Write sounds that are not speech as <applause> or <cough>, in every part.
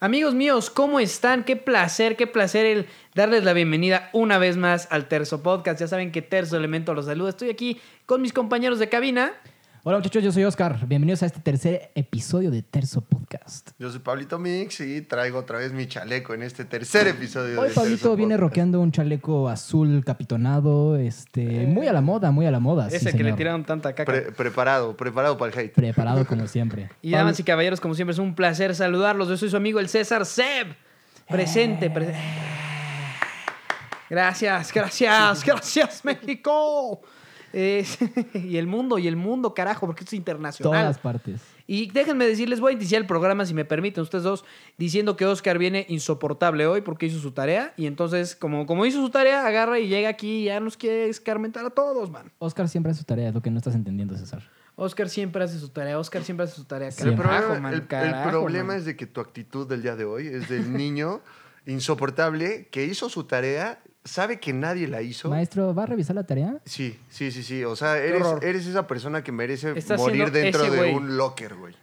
Amigos míos, ¿cómo están? Qué placer, qué placer el darles la bienvenida una vez más al Terzo Podcast. Ya saben que Terzo Elemento los saluda. Estoy aquí con mis compañeros de cabina. Hola muchachos, yo soy Oscar. Bienvenidos a este tercer episodio de Terzo Podcast. Yo soy Pablito Mix y traigo otra vez mi chaleco en este tercer episodio. Hoy de Pablito Terzo viene Podcast. roqueando un chaleco azul capitonado, este, muy a la moda, muy a la moda. Eh, sí, ese que le señor. tiraron tanta caca. Pre- preparado, preparado para el hate. Preparado como <laughs> siempre. y damas y caballeros, como siempre, es un placer saludarlos. Yo soy su amigo el César Seb. Presente, presente. Gracias, <laughs> gracias, gracias, México. Eh, <laughs> y el mundo, y el mundo, carajo, porque esto es internacional. Todas las partes. Y déjenme decirles, voy a iniciar el programa, si me permiten, ustedes dos, diciendo que Oscar viene insoportable hoy porque hizo su tarea. Y entonces, como, como hizo su tarea, agarra y llega aquí y ya nos quiere escarmentar a todos, man. Oscar siempre hace su tarea, es lo que no estás entendiendo, César. Oscar siempre hace su tarea, Oscar siempre hace su tarea. Sí, El Carajo, problema, man, el- el carajo, problema man. es de que tu actitud del día de hoy <laughs> es del niño insoportable que hizo su tarea, sabe que nadie la hizo. Maestro, ¿va a revisar la tarea? Sí, sí, sí, sí. O sea, eres, horror. eres esa persona que merece Está morir siendo dentro ese de güey. un locker, güey.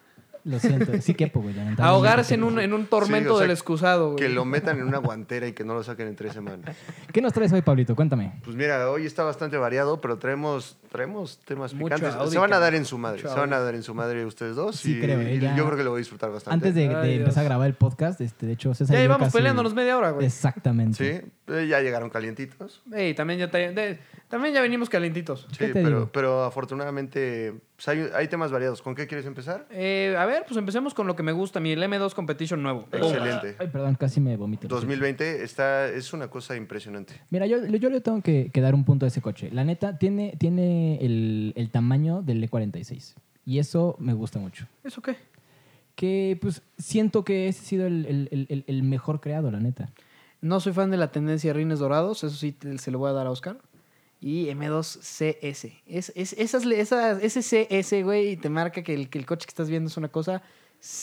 Lo siento, sí quepo, güey. lamentablemente. Ahogarse en un, en un tormento Sí, o sea, del excusado, güey. Que lo <laughs> metan en una guantera y que no lo saquen en tres semanas. ¿Qué nos traes hoy, Pablito? Cuéntame. Pues mira, hoy está bastante variado, pero traemos, traemos temas Mucho picantes. Audi, se van a cabrón. dar en su madre. Mucho Se van a Audi. dar en su madre ustedes dos. Sí, y, creo, ¿eh? y Ya. yo creo que lo voy a disfrutar bastante. Antes de, Ay, de Dios. empezar a grabar el podcast, este, de hecho, César. y Ya yo llevamos casi- peleándonos media hora, güey. Exactamente. Sí, eh, ya llegaron calientitos. Ey, también ya, tra- de- también ya venimos calentitos. Sí, ¿Qué te digo? pero, pero afortunadamente pues, hay, hay temas variados. ¿Con qué quieres empezar? Eh, a ver, pues empecemos con lo que me gusta, mi el M2 Competition nuevo. Excelente. Ay, perdón, casi me vomito. lo siento. 2020 está, es una cosa impresionante. Mira, yo, yo le tengo que, que dar un punto a ese coche. La neta, tiene, tiene el, el tamaño del E46. Y eso me gusta mucho. ¿Eso qué? Que pues siento que ese ha sido el, el- el- el- el mejor creado, la neta. No soy fan de la tendencia de rines dorados, eso sí te- se lo voy a dar a Oscar. Y M2CS. Es, es, esas, le- esas- ese CS, güey, te marca que el, que el coche que estás viendo es una cosa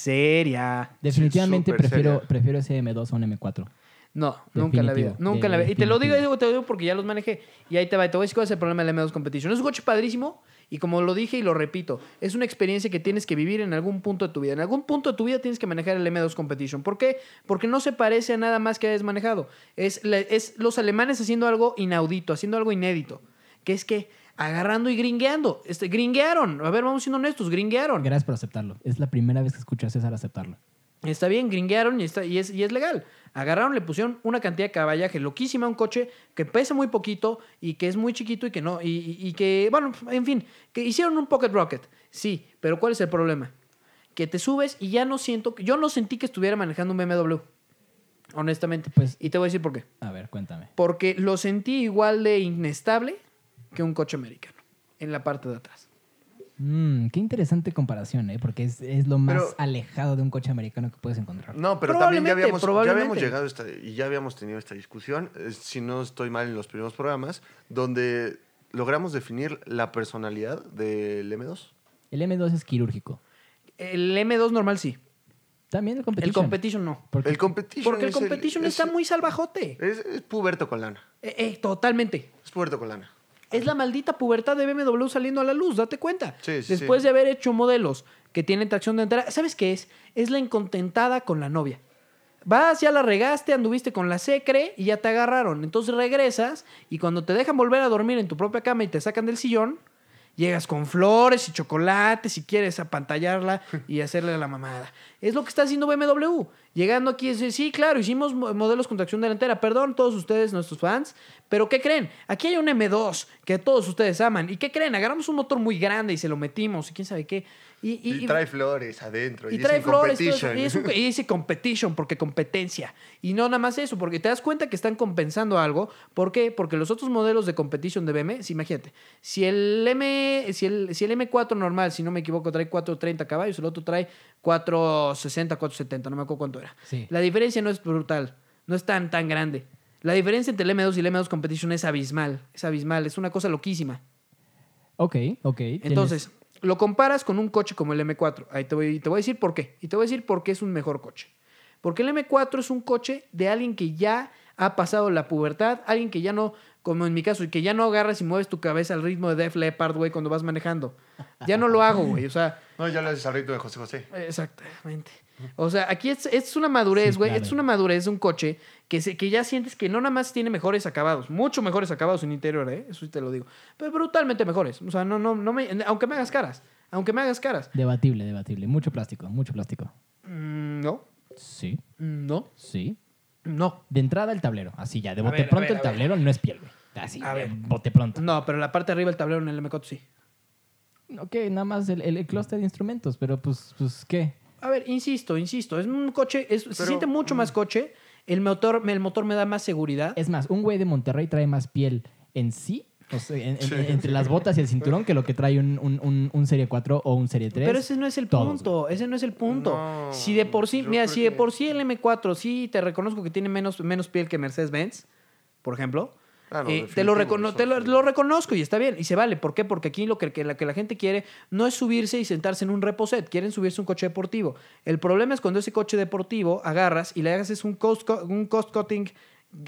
seria. Definitivamente súper prefiero, seria. prefiero ese M2 a un M4. No, nunca en la vida. Definitivo, Nunca en la vida. Y te lo digo, definitivo. te lo digo porque ya los manejé. Y ahí te va. Te voy a decir cuál es el problema del M2 Competition. Es un coche padrísimo. Y como lo dije y lo repito, es una experiencia que tienes que vivir en algún punto de tu vida. En algún punto de tu vida tienes que manejar el M2 Competition. ¿Por qué? Porque no se parece a nada más que hayas manejado. Es, la- es los alemanes haciendo algo inaudito, haciendo algo inédito. Que es que agarrando y gringueando. Este, gringuearon. A ver, vamos siendo honestos, gringuearon. Gracias por aceptarlo. Es la primera vez que escucho a César aceptarlo. Está bien, gringuearon y, está, y, es, y es legal. Agarraron, le pusieron una cantidad de caballaje loquísima a un coche que pesa muy poquito y que es muy chiquito y que no. Y, y- y que, bueno, en fin, que hicieron un Pocket Rocket. Sí, pero ¿cuál es el problema? Que te subes y ya no siento. Yo no sentí que estuviera manejando un BMW. Honestamente. Pues- y te voy a decir por qué. A ver, cuéntame. Porque lo sentí igual de inestable que un coche americano en la parte de atrás. Mm, qué interesante comparación, ¿eh? Porque es, es lo más Pero- alejado de un coche americano que puedes encontrar. No, pero también ya Probablemente, habíamos, ya probablemente. habíamos llegado a esta- y ya habíamos tenido esta discusión, eh, si no estoy mal en los primeros programas, donde logramos definir la personalidad del M2. El M2 es quirúrgico. El M2 normal sí. También el El competition. competition no. Porque- El competition Porque el es competition es- está muy salvajote. Es, es puberto con lana. Eh, eh, totalmente. Es puberto con lana. Es la maldita pubertad de BMW saliendo a la luz, date cuenta. Sí, sí, Después sí. de haber hecho modelos que tienen tracción delantera, ¿sabes qué es? Es la incontentada con la novia. Vas, ya la regaste, anduviste con la secre y ya te agarraron. Entonces regresas y cuando te dejan volver a dormir en tu propia cama y te sacan del sillón, llegas con flores y chocolates y quieres apantallarla y hacerle la mamada. Es lo que está haciendo BMW. Llegando aquí y dice, sí, claro, hicimos mo- modelos con tracción delantera. Perdón, todos ustedes, nuestros fans. Pero ¿qué creen? Aquí hay un M2 que todos ustedes aman. ¿Y qué creen? Agarramos un motor muy grande y se lo metimos y quién sabe qué. Y, Y, y- y- trae flores adentro. y es trae un flores. todo eso. competition. Y, es <laughs> un- y dice competition porque competencia. Y no nada más eso, porque te das cuenta que están compensando algo. ¿Por qué? Porque los otros modelos de competition de BM, sí, imagínate, si el, M, si, el, si el M4 normal, si no me equivoco, trae 430 caballos, el otro trae 460, 470, no me acuerdo cuánto era. Sí. La diferencia no es brutal, no es tan, tan grande. La diferencia entre el M2 y el M2 Competition es abismal, es abismal, es una cosa loquísima. Ok, ok. tienes- Entonces, lo comparas con un coche como el M4. Ahí te voy, te voy a decir por qué. Y te voy a decir por qué es un mejor coche. Porque el M4 es un coche de alguien que ya ha pasado la pubertad, alguien que ya no, como en mi caso, y que ya no agarras y mueves tu cabeza al ritmo de Def Leppard, güey, cuando vas manejando. Ya no lo hago, güey. O sea, No, ya lo haces al ritmo de José José. exactamente. O sea, aquí es, es una madurez, Sí, güey. claro. Es una madurez de un coche que, se- que ya sientes que no nada más tiene mejores acabados, mucho mejores acabados en interior, ¿eh? Eso sí te lo digo. Pero brutalmente mejores. O sea, no, no, no me. Aunque me hagas caras. Aunque me hagas caras. Debatible, debatible. Mucho plástico, mucho plástico. Mm, No, mm, Sí, no, sí. no. De entrada el tablero. Así ya, de A bote ver, a ver, pronto el a ver. tablero no es piel, güey. Así, A de ver. bote pronto. No, pero la parte de arriba del tablero en el M4 sí. Ok, nada más el, el, el clúster de instrumentos, pero pues, pues ¿qué? A ver, insisto, insisto. Es un coche. es- se Pero- siente mucho más coche. El motor, el motor me da más seguridad. Es más, un güey de Monterrey trae más piel en sí, o sea, en- en- entre las botas y el cinturón, que lo que trae un, un, un, un Serie 4 o un Serie 3. Pero ese no es el todos, punto, ese no es el punto. No, si de por sí, yo mira, creo si de que- por sí el M4 sí te reconozco que tiene menos, menos piel que Mercedes-Benz, por ejemplo, Ah, no, eh, te, lo definitivo, recono- eso te lo, sí. lo reconozco y está bien, y se vale. ¿Por qué? Porque aquí lo que, que la, que la gente quiere no es subirse y sentarse en un reposet, quieren subirse a un coche deportivo. El problema es cuando ese coche deportivo agarras y le haces un cost, co- un cost cutting,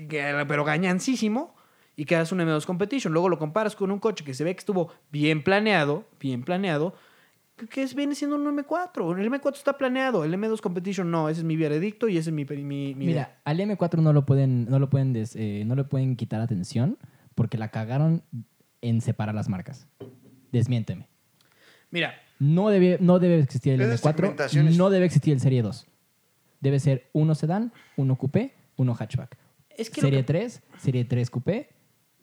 que- pero gañancísimo. Y quedas un M2 Competition. Luego lo comparas con un coche que se ve que estuvo bien planeado, bien planeado, que es, viene siendo un M4. El M4 está planeado, el M2 Competition no. Ese es mi veredicto y ese es mi... mi, mi- mi idea. Mira, al M4 no lo pueden, no lo pueden, des- eh, no le pueden quitar atención porque la cagaron en separar las marcas. Desmiénteme. Mira, No debe, no debe existir el Esas M4, segmentaciones- no debe existir el Serie 2. Debe ser uno sedán, uno coupé, uno hatchback. es que, lo serie que- 3, Serie 3 coupé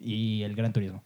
y el Gran Turismo.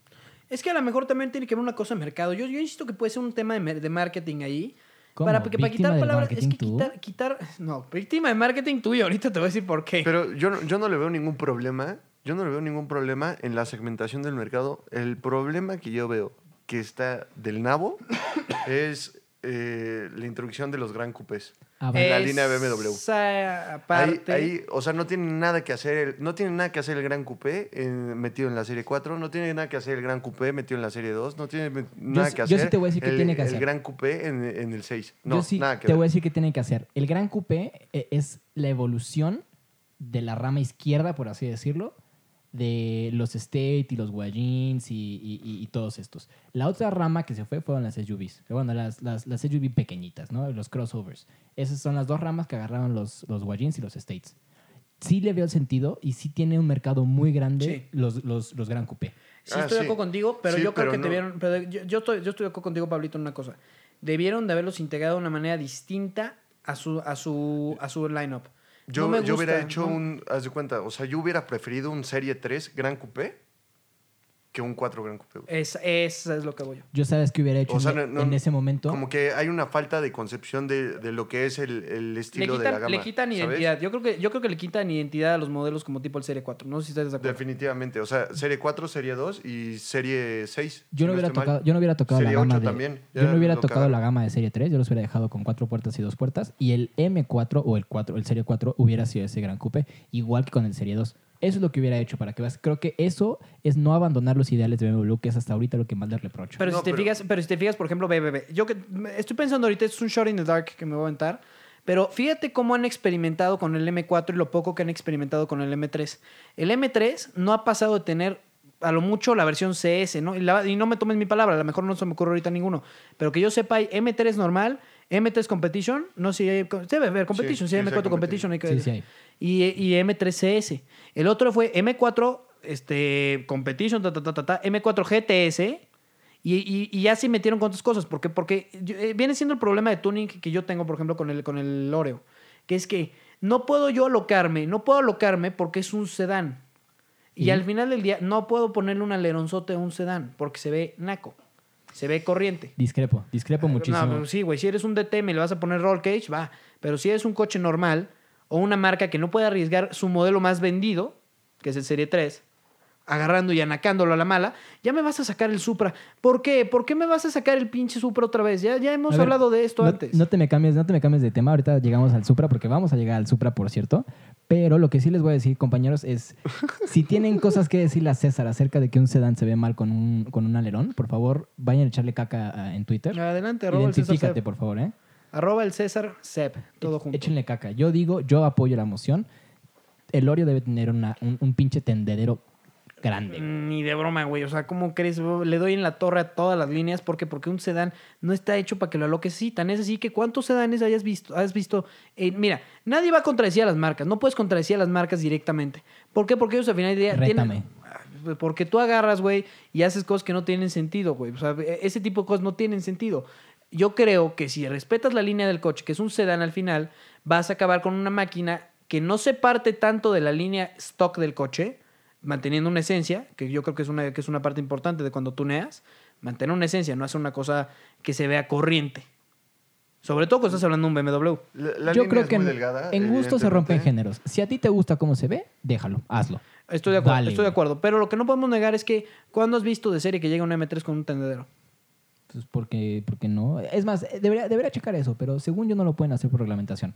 es que a lo mejor también tiene que ver una cosa de mercado. Yo, yo insisto que puede ser un tema de, mer- de marketing ahí. ¿Cómo? Para, porque para ¿Víctima quitar del palabras, es que marketing tú? quitar, quitar... No, víctima de marketing tú y ahorita te voy a decir por qué. Pero yo, no- yo no le veo ningún problema. Yo no le veo ningún problema en la segmentación del mercado. El problema que yo veo que está del nabo <coughs> es eh, la introducción de los gran coupés. Ah, en Eh, vale. la línea BMW. Esa Ahí, parte... ahí, o sea, no tiene nada que hacer el, no tiene nada que hacer el gran coupé eh, metido en la serie 4, no tiene nada que hacer el gran coupé metido en la serie 2, no tiene me- nada sí- que yo hacer. sí te voy a decir qué el- tiene que el hacer. gran coupé en, en el 6. No, Yo sí nada que te ver. voy a decir qué tienen que hacer. El Gran Coupé eh, es la evolución de la rama izquierda, por así decirlo, de los State y los Guayins y, y- y- y todos estos. La otra rama que se fue fueron las SUVs. Bueno, las, las, las SUV pequeñitas, ¿no? Los crossovers. Esas son las dos ramas que agarraron los, los Guayins y los States. Sí le veo el sentido y sí tiene un mercado muy grande los, los, los Gran Coupé. Sí, estoy Ah, de sí. acuerdo contigo, pero Sí, yo creo pero que no. debieron. pero yo, yo estoy, yo estoy de acuerdo contigo, Pablito, en una cosa. Debieron de haberlos integrado de una manera distinta a su, a su, a su lineup. Yo, No me yo hubiera gusta, hecho ¿no? un. Haz de cuenta, o sea, yo hubiera preferido un Serie 3 Gran Coupé que un 4 Gran Coupé. güey. Es, esa es lo que voy yo. Yo sabes que hubiera hecho O sea, en, no- no- en ese momento. Como que hay una falta de concepción de, de lo que es el, el Le estilo de la quitan, gama. le quitan ¿sabes? identidad. Yo creo, que, yo creo que le quitan identidad a los modelos como tipo el Serie 4. No sé si estás de acuerdo. Definitivamente. O sea, Serie 4, Serie 2 y Serie 6. Yo no, si hubiera estoy mal. tocado, yo no hubiera tocado la Serie gama ocho de, también, yo ya no hubiera lo tocado la cagaron. gama de serie 3, yo los hubiera dejado con cuatro puertas y dos puertas y el M4 o el 4, el serie 4 hubiera sido ese gran coupe, igual que con el serie 2. Eso es lo que hubiera hecho para que veas. Creo que eso es no abandonar los ideales de BMW, que es hasta ahorita lo que más le reprocho. Pero, No, si te pero- Fijas, pero si te fijas, por ejemplo, BBB. Yo que, me- estoy pensando ahorita, esto es un short in the dark que me voy a aventar. Pero fíjate cómo han experimentado con el M4 y lo poco que han experimentado con el M3. El M3 no ha pasado de tener a lo mucho la versión CS, ¿no? Y, la- y no me tomen mi palabra, a lo mejor no se me ocurre ahorita ninguno. Pero que yo sepa, hay M3 normal, M3 Competition, no sé si hay. Debe haber Competition, Sí, si hay sí, sí hay M4 Competition, hay que Sí, sí hay. y, y M3CS. El otro fue M4 este, Competition, ta, ta, ta, ta, ta, M4 GTS. Y, y, y ya se metieron con otras cosas. Porque, porque yo- eh, viene siendo el problema de tuning que yo tengo, por ejemplo, con el, con el Oreo. Que es que no puedo yo alocarme, no puedo alocarme porque es un sedán. Y ¿Y? al final del día no puedo ponerle un aleronzote a un sedán porque se ve naco, se ve corriente. Discrepo, discrepo muchísimo. Ah, No, pero sí, güey. Si eres un DTM y le vas a poner roll cage, va. Pero si eres un coche normal o una marca que no puede arriesgar su modelo más vendido, que es el Serie 3, agarrando y anacándolo a la mala, ya me vas a sacar el Supra. ¿Por qué? ¿Por qué me vas a sacar el pinche Supra otra vez? Ya, ya hemos A ver, hablado de esto no, antes. No te me cambies, no te me cambies de tema. Ahorita llegamos al Supra porque vamos a llegar al Supra, por cierto. Pero lo que sí les voy a decir, <laughs> compañeros, es si tienen cosas que decirle a César acerca de que un sedán se ve mal con un, con un alerón, por favor, vayan a echarle caca ah, en Twitter. Adelante, arroba el César Identifícate, Sep. por favor, ¿eh? Arroba el César Sep. Todo junto. Échenle caca. Yo digo, yo apoyo la moción. El Oreo debe tener una- un, un pinche tendedero grande. güey. Ni de broma, güey. O sea, ¿cómo crees? Le doy en la torre a todas las líneas. ¿Por qué? Porque un sedán no está hecho para que lo aloques así. Tan es así que ¿cuántos sedanes hayas visto? Has visto Eh, mira, nadie va a contradecir a las marcas. No puedes contradecir a las marcas directamente. ¿Por qué? Porque ellos al final de día Rétame. tienen... Ah, Porque tú agarras, güey, y haces cosas que no tienen sentido, güey. O sea, e- ese tipo de cosas no tienen sentido. Yo creo que si respetas la línea del coche, que es un sedán al final, vas a acabar con una máquina que no se parte tanto de la línea stock del coche, manteniendo una esencia, que yo creo que es una, que es una parte importante de cuando tuneas, mantener una esencia, no hacer una cosa que se vea corriente. Sobre todo cuando estás hablando de un BMW. La, la Yo línea creo es que muy en, delgada, en gusto se rompen evidentemente. géneros. Si a ti te gusta cómo se ve, déjalo, hazlo. Estoy de acuerdo, Dale, estoy de güey. acuerdo. Pero lo que no podemos negar es que cuando has visto de serie que llega un M3 con un tendedero. Pues porque, porque no. Es más, eh, debería, debería checar eso, pero según yo no lo pueden hacer por reglamentación.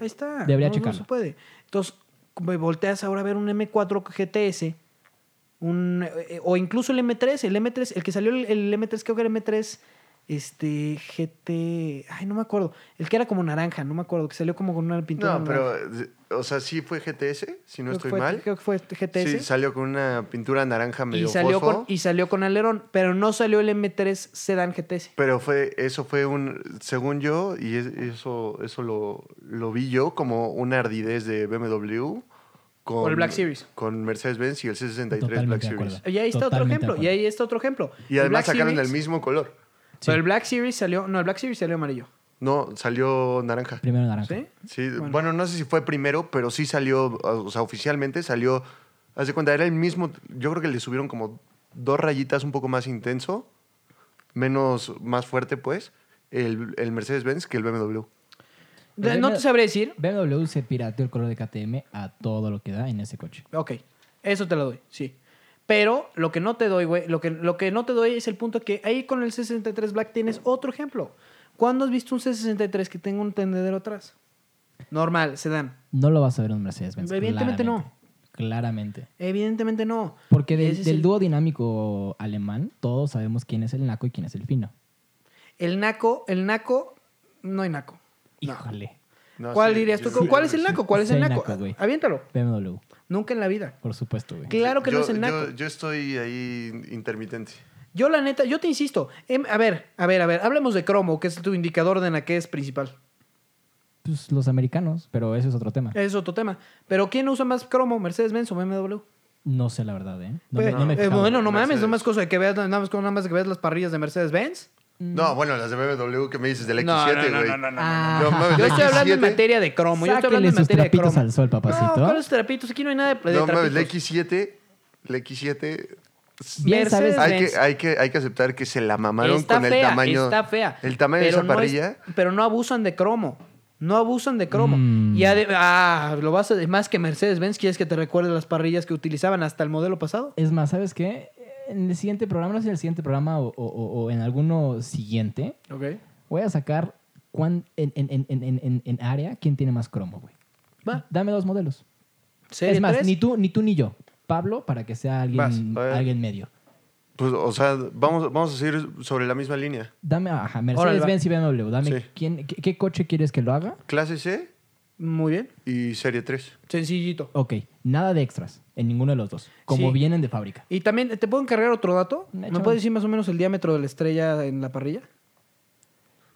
Ahí está. Debería no, no checarlo. se puede. Entonces, como volteas ahora a ver un M4 GTS. Un, eh, o incluso el M3, el M3, el que salió el, el M3, creo que era M3, este, GT, ay, no me acuerdo, el que era como naranja, no me acuerdo, que salió como con una pintura. No, naranja. pero, eh, o sea, sí fue GTS, si Creo no que estoy fue- mal. Creo que fue GTS. Sí, salió con una pintura naranja medio y, salió fosfo, con, y salió con alerón, pero no salió el M3 Sedan GTS. Pero fue, eso fue un, según yo, y es- eso, eso lo, lo vi yo como una ardidez de BMW. Con, Con el Black Series. Con Mercedes-Benz y el C63 Black Totalmente de Series. acuerdo. Y ahí está Totalmente otro de ejemplo, y acuerdo. ahí está otro ejemplo. Y además Black sacaron Series- el mismo color. Sí. Pero el Black Series salió, no, el Black Series salió amarillo. No, salió naranja. Primero naranja. ¿Sí? Sí, Bueno. bueno. no sé si fue primero, pero sí salió, o sea, oficialmente salió. Haz de cuenta, era el mismo. Yo creo que le subieron como dos rayitas un poco más intenso, menos, más fuerte, pues, el, el Mercedes-Benz que el BMW. De- El No M- te sabré decir. BMW se pirateó el color de KTM a todo lo que da en ese coche. Ok, eso te lo doy, sí. Pero lo que no te doy, güey, lo que, lo que no te doy es el punto que ahí con el C63 Black tienes otro ejemplo. ¿Cuándo has visto un C63 que tenga un tendedero atrás? Normal, sedán. No lo vas a ver en un Mercedes-Benz. Evidentemente claramente. Claramente. Evidentemente no. Porque Y del, ese es del el- dúo dinámico alemán, todos sabemos quién es el naco y quién es el fino. El naco, el naco, no hay naco. Híjole. No, ¿Cuál sí, dirías yo tú? creo ¿Cuál que es el sí. naco? ¿Cuál es el Sí hay naco? naco, güey. Aviéntalo. BMW, Nunca en la vida. por supuesto, güey. Claro que no Yo- es el naco. Yo, yo estoy ahí intermitente. Yo, la neta, yo te insisto. em, a ver, a ver, a ver. Hablemos de cromo, que es tu indicador de naquez principal. Pues los americanos, pero eso es otro tema. Es otro tema. Pero ¿quién usa más cromo? ¿Mercedes-Benz o BMW? No sé la verdad, ¿eh? No, Pues, me- no me he eh, fijado. bueno, no mames, Mercedes. no más cosa de que veas, nada más, nada más que veas las parrillas de Mercedes-Benz. No, bueno, las de BMW que me dices del X7, Mm. No, no, güey. no, no, no, no. Ah, No mames, Yo estoy hablando en X7. materia de cromo. Yo estoy hablando Sáquenle en sus materia de trapitos cromo. al ¿eh? sol, papacito. ¿ah? No, ¿cuáles trapitos? Aquí no hay nada de, de No mames, trapitos. la X7, la X7. Bien sabes- Mercedes-Benz. Hay que, hay, que, hay que aceptar que se la mamaron está con el fea, tamaño. Está fea. El tamaño de Pero esa no es- parrilla. pero no abusan de cromo. No abusan de cromo. Mm. Y ade- ah, lo vas a, más que Mercedes-Benz, ¿quieres que te recuerde las parrillas que utilizaban hasta el modelo pasado? Es más, ¿sabes qué? En el siguiente programa, no sé si en el siguiente programa o, o- o- o en alguno siguiente, Ok. voy a sacar cuán, en, en- en- en- en- en- en área quién tiene más cromo, güey. Va. Dame dos modelos. Serie es más, tres. ni tú ni tú ni yo. Pablo, para que sea alguien, Vas, a ver. alguien medio. Pues, o sea, vamos, vamos a seguir sobre la misma línea. Dame, ajá, Órale, va. Mercedes-Benz y BMW. Dame Sí. quién, qué, qué coche quieres que lo haga. Clase C Muy bien. y Serie 3. Sencillito. Ok, nada de extras en ninguno de los dos. Como Sí. vienen de fábrica. Y también, ¿te puedo encargar otro dato? Échame. ¿Me puedes decir más o menos el diámetro de la estrella en la parrilla?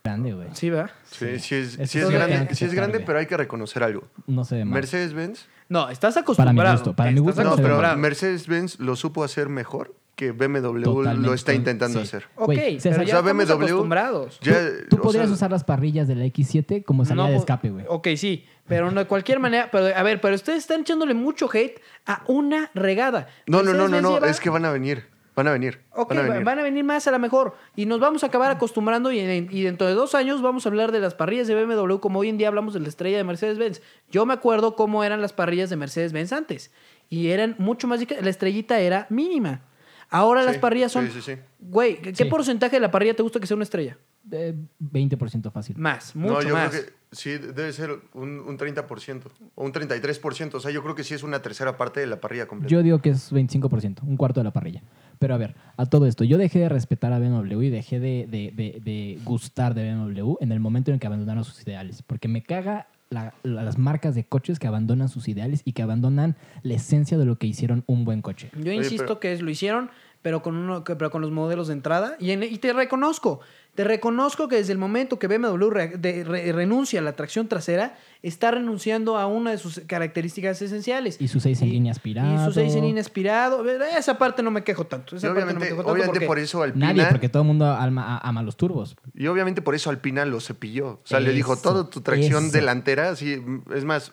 Grande, güey. Sí, ¿verdad? Sí, Eso sí es, sí es es lo que tienen grande, que sí es sacar, grande güey. pero hay que reconocer algo. No se ve mal. Mercedes-Benz, No, estás Para acostumbrado. mi gusto, para mi Estás gusto no no, se ve pero mal. Mercedes-Benz lo supo hacer mejor que BMW lo Totalmente. está intentando Sí. hacer. Ok, Güey, pero César. ya O sea, estamos BMW, acostumbrados. Tú- Ya, tú o podrías sea, usar las parrillas de la X7 como salida No, de po- escape, güey. Ok, sí, pero no, de cualquier manera. Pero, a ver, pero ustedes están echándole mucho hate a una regada. No, no, no, no, Mercedes-Benz no, lleva- es que van a venir. Van a venir. Ok, van a venir. más a lo mejor. Y nos vamos a acabar acostumbrando. Y, en- y dentro de dos años vamos a hablar de las parrillas de BMW, como hoy en día hablamos de la estrella de Mercedes-Benz. Yo me acuerdo cómo eran las parrillas de Mercedes-Benz antes. Y eran mucho más. La estrellita era mínima. Ahora las Sí, parrillas son. sí, sí, sí. Güey, ¿qué Sí. porcentaje de la parrilla te gusta que sea una estrella? Eh, 20% fácil. Más, mucho No, yo más. creo que sí, debe ser un, un 30% o un 33%. O sea, yo creo que sí es una tercera parte de la parrilla completa. Yo digo que es 25%, un cuarto de la parrilla. Pero a ver, a todo esto, yo dejé de respetar a BMW y dejé de, de- de- de gustar de BMW en el momento en el que abandonaron sus ideales. Porque me caga la- las marcas de coches que abandonan sus ideales y que abandonan la esencia de lo que hicieron un buen coche. Yo Oye, insisto pero- que es- lo hicieron, pero con, uno, que- pero con los modelos de entrada. Y, en- y te reconozco, te reconozco que desde el momento que BMW re- de- re- renuncia a la tracción trasera, está renunciando a una de sus características esenciales. Y sus seis en línea aspirado. Y sus seis en línea aspirado. Esa parte no me quejo tanto. Esa Y parte no me obviamente, quejo tanto obviamente porque- por eso Alpina. Nadie, porque todo el mundo ama, a- ama los turbos. Y obviamente por eso Alpina lo cepilló. O sea, le Eso, dijo, todo tu tracción eso. delantera, así, es más,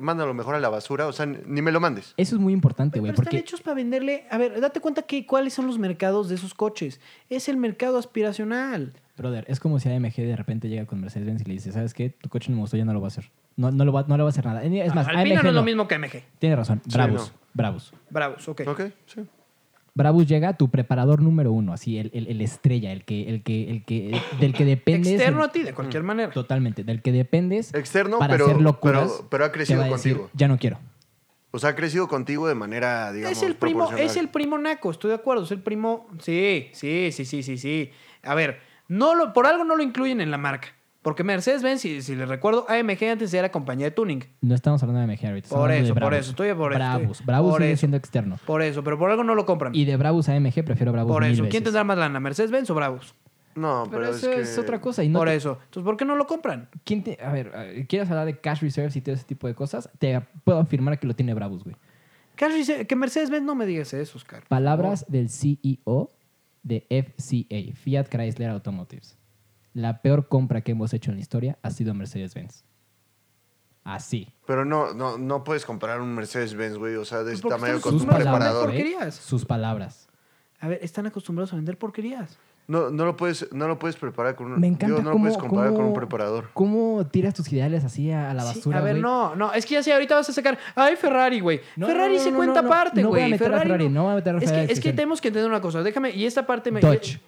mándalo mejor a la basura, o sea, ni me lo mandes. Eso es muy importante, güey, Pero porque están hechos para venderle. A ver, date cuenta que cuáles son los mercados de esos coches. Es el mercado aspiracional. Brother, es como si AMG de repente llega con Mercedes-Benz y le dice, ¿sabes qué? Tu coche no me gustó, ya no lo va a hacer. No, no, lo, va, no le va a hacer nada. Es más, Alpina AMG no es lo no. mismo que MG. Tiene razón. Sí, Bravos, no. bravos. Bravos, ok. Ok, sí. Bravos llega tu preparador número uno, así, el, el- el estrella, el que, el que, el que, el- del que dependes. Externo a ti, de Mm. cualquier manera. Totalmente, del que dependes. Externo, para pero- hacer locuras, pero- pero ha te crecido va a decir, contigo. ya no quiero. O sea, ha crecido contigo de manera, digamos, es el primo, proporcional. es el primo naco, estoy de acuerdo, es el primo. Sí, sí, sí, sí, sí, sí. A ver, no lo, por algo no lo incluyen en la marca. Porque Mercedes-Benz, si, si les recuerdo, AMG antes era compañía de tuning. No estamos hablando de AMG ahorita. estamos Por hablando de eso, por Bravos. eso, estoy por eso, Bravos, estoy- Bravos por sigue eso. siendo externo. Por eso, pero por algo no lo compran. Y de Bravos a AMG prefiero Bravos por mil eso, ¿quién veces. tendrá más lana, Mercedes-Benz o Bravos? No, Pero, pero, eso que- es, otra cosa. Y no por te- eso. Entonces, ¿por qué no lo compran? ¿Quién te- a ver, eh, ¿quieres hablar de cash reserves y todo ese tipo de cosas? Te puedo afirmar que lo tiene Bravos, güey. Casi se- Que Mercedes-Benz no me digas eso, Oscar. por Palabras del CEO de FCA, Fiat Chrysler Automotives. La peor compra que hemos hecho en la historia ha sido Mercedes-Benz. Así. Pero no, no, no puedes comprar un Mercedes-Benz, güey, o sea, de ese Porque tamaño están con sus un manos, preparador. ¿eh? güey, porquerías. Sus palabras. favor. A ver, están acostumbrados a vender porquerías. No, no lo puedes, no lo puedes preparar con un... Me encanta digo, Mm, no cómo, lo puedes comparar con un cómo- preparador. cómo tiras tus ideales así a la Sí, basura, a ver, güey. no, no, es que ya sé, ahorita vas a sacar. Ay, Ferrari, güey. No, Ferrari no, no, se no, cuenta no, no. aparte, No voy a güey. meter a Ferrari, no voy a meter a es Ferrari, Que, es que Cristian. tenemos que entender una cosa. Déjame, y esta parte me. Dodge.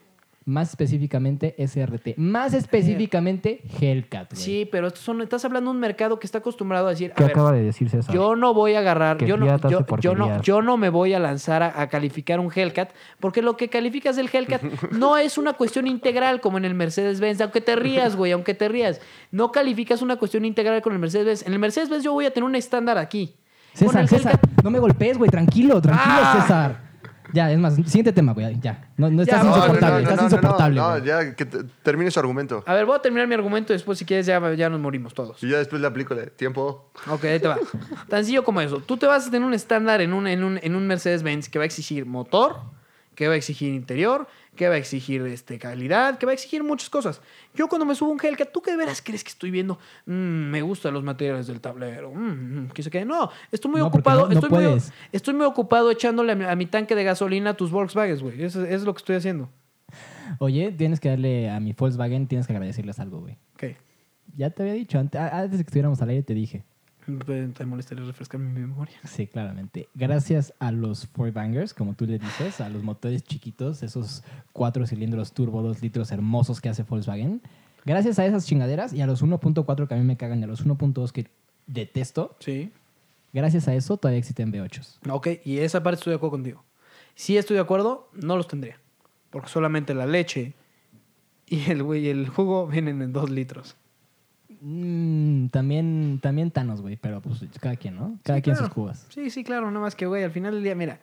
Más específicamente SRT. Más específicamente Hellcat, güey. Sí, pero estos son, estás hablando de un mercado que está acostumbrado a decir. ¿Qué a ver, acaba de decir César? yo no voy a agarrar, Que yo no, Fiat hace yo, yo no, porquerías. yo no me voy a lanzar a, a calificar un Hellcat, porque lo que calificas del <laughs> Hellcat no es una cuestión integral como en el Mercedes-Benz, aunque te rías, güey, aunque te rías, no calificas una cuestión integral con el Mercedes-Benz. En el Mercedes-Benz yo voy a tener un estándar aquí. Con César, el César, Hellcat- no me golpees, güey. Tranquilo, tranquilo, Ah. César. Ya, es más, siguiente tema, güey. Ya. No, no estás Ya, No, no, insoportable, no, no, estás no, insoportable. no, no, güey. ya que te- termine su argumento. A ver, voy a terminar mi argumento y después, si quieres, ya, ya nos morimos todos. Y ya después le aplico la de tiempo. Ok, ahí te va. Tan sencillo como eso. Tú te vas a tener un estándar en un, en un, en un Mercedes-Benz que va a exigir motor, que va a exigir interior, que va a exigir este, calidad, que va a exigir muchas cosas. Yo cuando me subo a un Hellcat, ¿tú qué de veras crees que estoy viendo? Mm, me gustan los materiales del tablero. Mm, mm, ¿qué sé qué? No, estoy muy No, porque ocupado. no- no estoy, muy, puedes. estoy muy ocupado echándole a mi, a mi tanque de gasolina tus Volkswagen, güey. Eso, eso es lo que estoy haciendo. Oye, tienes que darle a mi Volkswagen, tienes que agradecerles algo, güey. Ok. Ya te había dicho, ante- a- antes de que estuviéramos al aire te dije. Te molestaría refrescar mi memoria. Sí, claramente. Gracias a los four bangers, como tú le dices, a los motores chiquitos, esos cuatro cilindros turbo, dos litros hermosos que hace Volkswagen. Gracias a esas chingaderas y a los 1.4 que a mí me cagan y a los 1.2 que detesto, Sí. gracias a eso todavía existen V8s. Ok, y esa parte estoy de acuerdo contigo. Si estoy de acuerdo, no los tendría. Porque solamente la leche y el, güey, el jugo vienen en dos litros. Mm, también, también Thanos, güey, pero pues cada quien, ¿no? Cada Sí, quien claro. sus cubas. Sí, sí, claro. Nada más que, güey, al final del día, mira.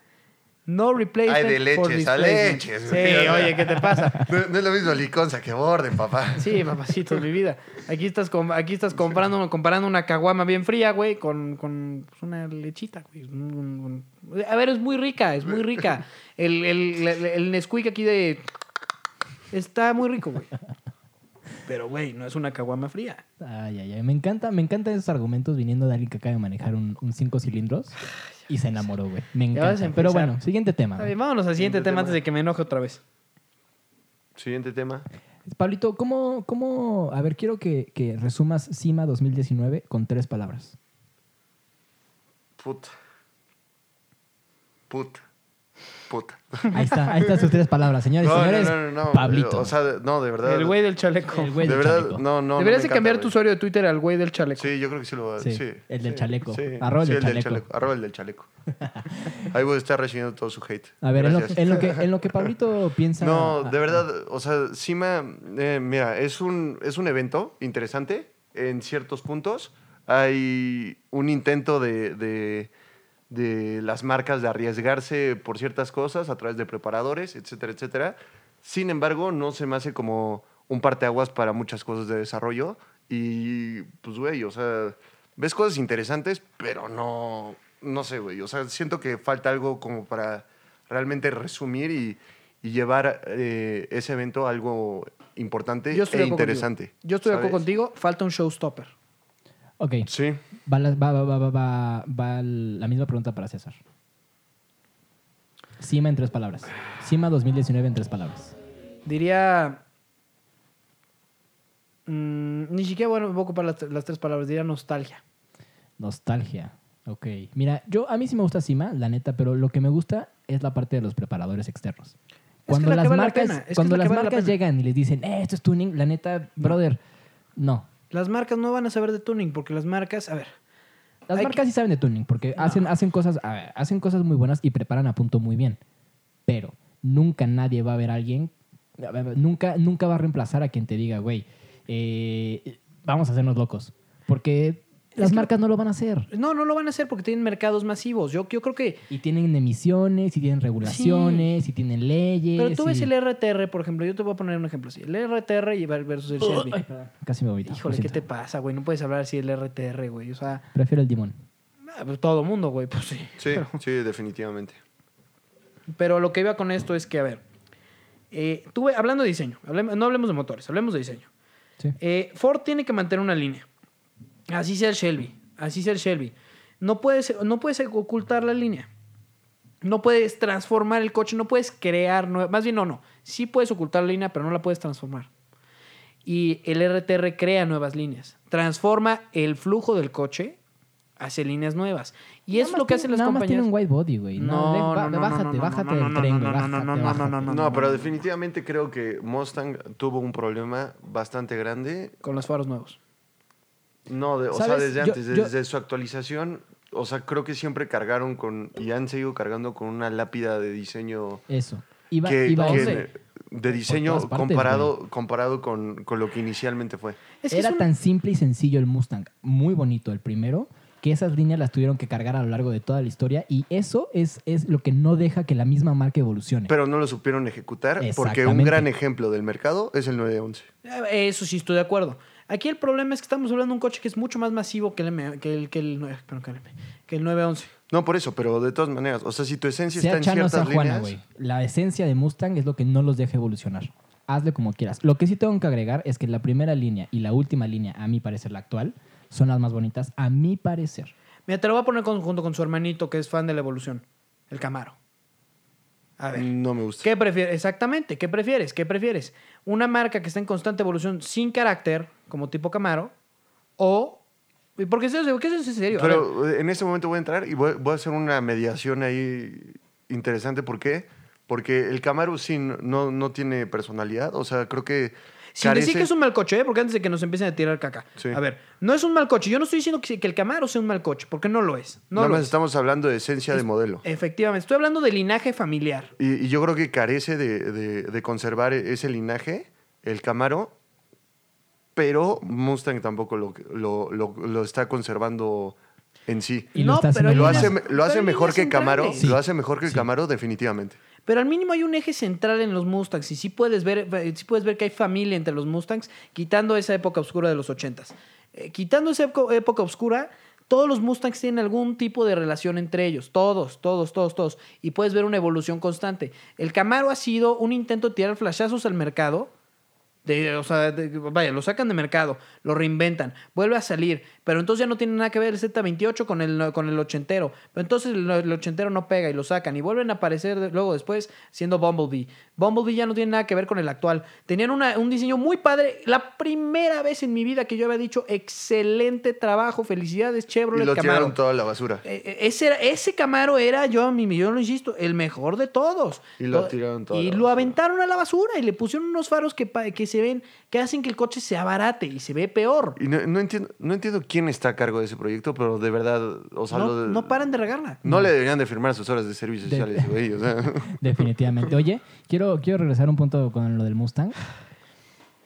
No replacement Ay, de for leches, a displacement. leches. Sí, oye, ¿qué te pasa? No, no es lo mismo liconza que borden, papá. Sí, papacito, mi vida. Aquí estás, com- aquí estás comprando, comparando una caguama bien fría, güey, con, con, pues, una lechita, güey. Un- un- A ver, es muy rica, es muy rica. El, el, el- el Nesquik aquí de... Está muy rico, güey. Pero, güey, no es una caguama fría. Ay, ay, ay. Me encanta, me encantan esos argumentos viniendo de alguien que acaba de manejar un, un cinco cilindros y se enamoró, güey. Me Ya vas a encanta. Pero empezar. bueno, siguiente tema. A güey. ver, vámonos al siguiente Siguiente tema tema. antes de que me enoje otra vez. Siguiente tema. Pablito, ¿cómo, cómo? A ver, quiero que, que resumas CIMA 2019 con tres palabras. Puta. Puta. Puta. Ahí está, ahí están sus tres palabras, señores. señores, Pablito. O sea, de- no, de verdad. El güey del chaleco. el güey de del verdad, chaleco. no, no, no. Deberías me de encanta, cambiar tu güey. usuario de Twitter al güey del chaleco. Sí, yo creo que sí lo va a Sí, sí, el del sí, chaleco. sí, Arroba el sí, del chaleco. Arroba el del chaleco. Ahí voy a estar recibiendo todo su hate. A ver, en lo, Gracias. en lo que, en lo que <laughs> Pablito piensa. ah, No, de verdad, o sea, Cima, eh, mira, es un, es un evento interesante en ciertos puntos, hay un intento de, de- de las marcas de arriesgarse por ciertas cosas a través de preparadores, etcétera, etcétera. Sin embargo, no se me hace como un parteaguas para muchas cosas de desarrollo. Y pues, güey, o sea, ves cosas interesantes, pero no, no sé, güey. O sea, siento que falta algo como para realmente resumir y, y llevar eh, ese evento a algo importante Yo estoy e de acuerdo interesante. contigo. Yo estoy de acuerdo ¿sabes? contigo, falta un showstopper. ah, Ok. Sí. Va la, va, va, va, va, va- va la misma pregunta para César. Cima en tres palabras. Cima 2019 en tres palabras. Diría. mm, ni siquiera bueno, voy a ocupar las, las tres palabras, diría nostalgia. Nostalgia. Ok. Mira, yo a mí sí me gusta Cima, la neta, pero lo que me gusta es la parte de los preparadores externos. que es Cuando la que las vale la marcas, pena, es que es cuando la que las vale la marcas pena. llegan y les dicen, eh, esto es tuning, la neta, brother, no. Las marcas no van a saber de tuning, porque las marcas, a ver, Las Hay marcas sí saben de tuning porque hacen, hacen, cosas, a ver, hacen cosas muy buenas y preparan a punto muy bien. Pero nunca nadie va a ver a alguien, a ver, nunca, nunca va a reemplazar a quien te diga, güey, eh, vamos a hacernos locos. Porque las que- marcas no lo van a hacer. no, no lo van a hacer porque tienen mercados masivos. Yo, yo creo que. Y tienen emisiones, y tienen regulaciones, y tienen leyes. Pero tú ves y- el RTR, por ejemplo, yo te voy a poner un ejemplo así: el RTR y ver- versus el Shelby. Casi me voy. lo Híjole, ¿qué siento. te pasa, güey? No puedes hablar así del RTR, güey. O sea, Prefiero el Dimon. ah, pues, todo mundo, güey, pues sí. Sí, sí, definitivamente. Pero lo que iba con esto es que, a ver, eh, tuve, hablando de diseño, hablem- no hablemos de motores, hablemos de diseño. Sí. Eh, Ford tiene que mantener una línea. Así sea el Shelby. Así sea el Shelby. No puedes, no puedes ocultar la línea. No puedes transformar el coche, no puedes crear nue- Más bien, no, no. Sí puedes ocultar la línea, pero no la puedes transformar. Y el RTR crea nuevas líneas. Transforma el flujo del coche hacia líneas nuevas. Y eso es Nada lo que más hacen tiene- las nada compañías. más tiene un white body, güey. No, ve- no, no, no, Bájate, no, bájate no, no, del no, tren, no, güey. no, no, Bájate, no, no, bájate. no, No, pero definitivamente creo que Mustang tuvo un problema bastante grande. Con los faros nuevos. No, de- o sea, ¿Sabes? desde Yo- antes, yo- desde su actualización, o sea, creo que siempre cargaron con, y han seguido cargando con una lápida de diseño Eso. Iba, que, iba que- ¿dónde? de diseño Por todas partes, comparado, comparado con, con lo que inicialmente fue. Es que Era es un- tan simple y sencillo el Mustang, muy bonito el primero, que esas líneas las tuvieron que cargar a lo largo de toda la historia y eso es, es lo que no deja que la misma marca evolucione. Pero no lo supieron ejecutar porque un Exactamente. gran ejemplo del mercado es el 911. Eh, Eso sí, estoy de acuerdo. Aquí el problema es que estamos hablando de un coche que es mucho más masivo que el, M- que el, que el, nueve- perdón, que el M- que el 911. No por eso, pero de todas maneras, o sea, si tu esencia sea está en Chano o sea ciertas Juana, güey. líneas, La esencia de Mustang es lo que no los deja evolucionar. Hazle como quieras. Lo que sí tengo que agregar es que la primera línea y la última línea, a mi parecer la actual, son las más bonitas, a mi <laughs> parecer. Mira, te lo voy a poner con- junto con su hermanito que es fan de la evolución, el Camaro. A ver. no me gusta. ¿Qué prefieres? Exactamente, ¿qué prefieres? ¿Qué prefieres? ¿Una marca que está en constante evolución sin carácter, como tipo Camaro? ¿O.? y Porque eso es, porque eso es en serio. A ver, Pero eh, en este momento voy a entrar y voy, voy a hacer una mediación ahí interesante. ¿Por qué? Porque el Camaro sí no, no tiene personalidad. O sea, creo que. sin carece- decir que es un mal coche, ¿eh? porque antes de que nos empiecen a tirar caca. Sí. A ver, no es un mal coche. Yo no estoy diciendo que, que el Camaro sea un mal coche, porque no lo es. No Nada lo más es. estamos hablando de esencia de modelo. Efectivamente, estoy hablando de linaje familiar. Y, y yo creo que carece de, de- de conservar e- ese linaje, el Camaro, pero Mustang tampoco lo, lo, lo- lo está conservando en sí. Y lo está haciendo hay Lo Pero hace, líneas- lo hace pero hay mejor líneas que Camaro, centrales. Sí. lo hace mejor que el Camaro definitivamente. Pero al mínimo hay un eje central en los Mustangs y sí puedes ver, eh, sí puedes ver que hay familia entre los Mustangs, quitando esa época oscura de los 80s. Eh, quitando esa epo- época oscura, todos los Mustangs tienen algún tipo de relación entre ellos, todos, todos, todos, todos. Y puedes ver una evolución constante. El Camaro ha sido un intento de tirar flashazos al mercado. De, o sea, de- vaya, lo sacan de mercado, lo reinventan, vuelve a salir, pero entonces ya no tiene nada que ver el Z28 con el, con el ochentero. Pero entonces el, el ochentero no pega y lo sacan y vuelven a aparecer de- luego después siendo Bumblebee. Bumblebee ya no tiene nada que ver con el actual. Tenían una- un diseño muy padre. La primera vez en mi vida que yo había dicho, excelente trabajo, felicidades, Y Chevrolet lo Camaro. tiraron toda la basura. Eh, eh, Ese, era- ese Camaro era, yo a mí, yo lo insisto, el mejor de todos. Y lo To- tiraron todo a Y la lo basura. aventaron a la basura y le pusieron unos faros que, pa- que se ven, que hacen que el coche se abarate y se ve peor. Y no, no entiendo, no entiendo quién está a cargo de ese proyecto, pero de verdad, o sea, No, lo de- no paran de regarla. no le deberían de firmar sus horas de servicio De- social, ese güey, o sea. <laughs> Definitivamente. Oye, quiero, quiero regresar un punto con lo del Mustang.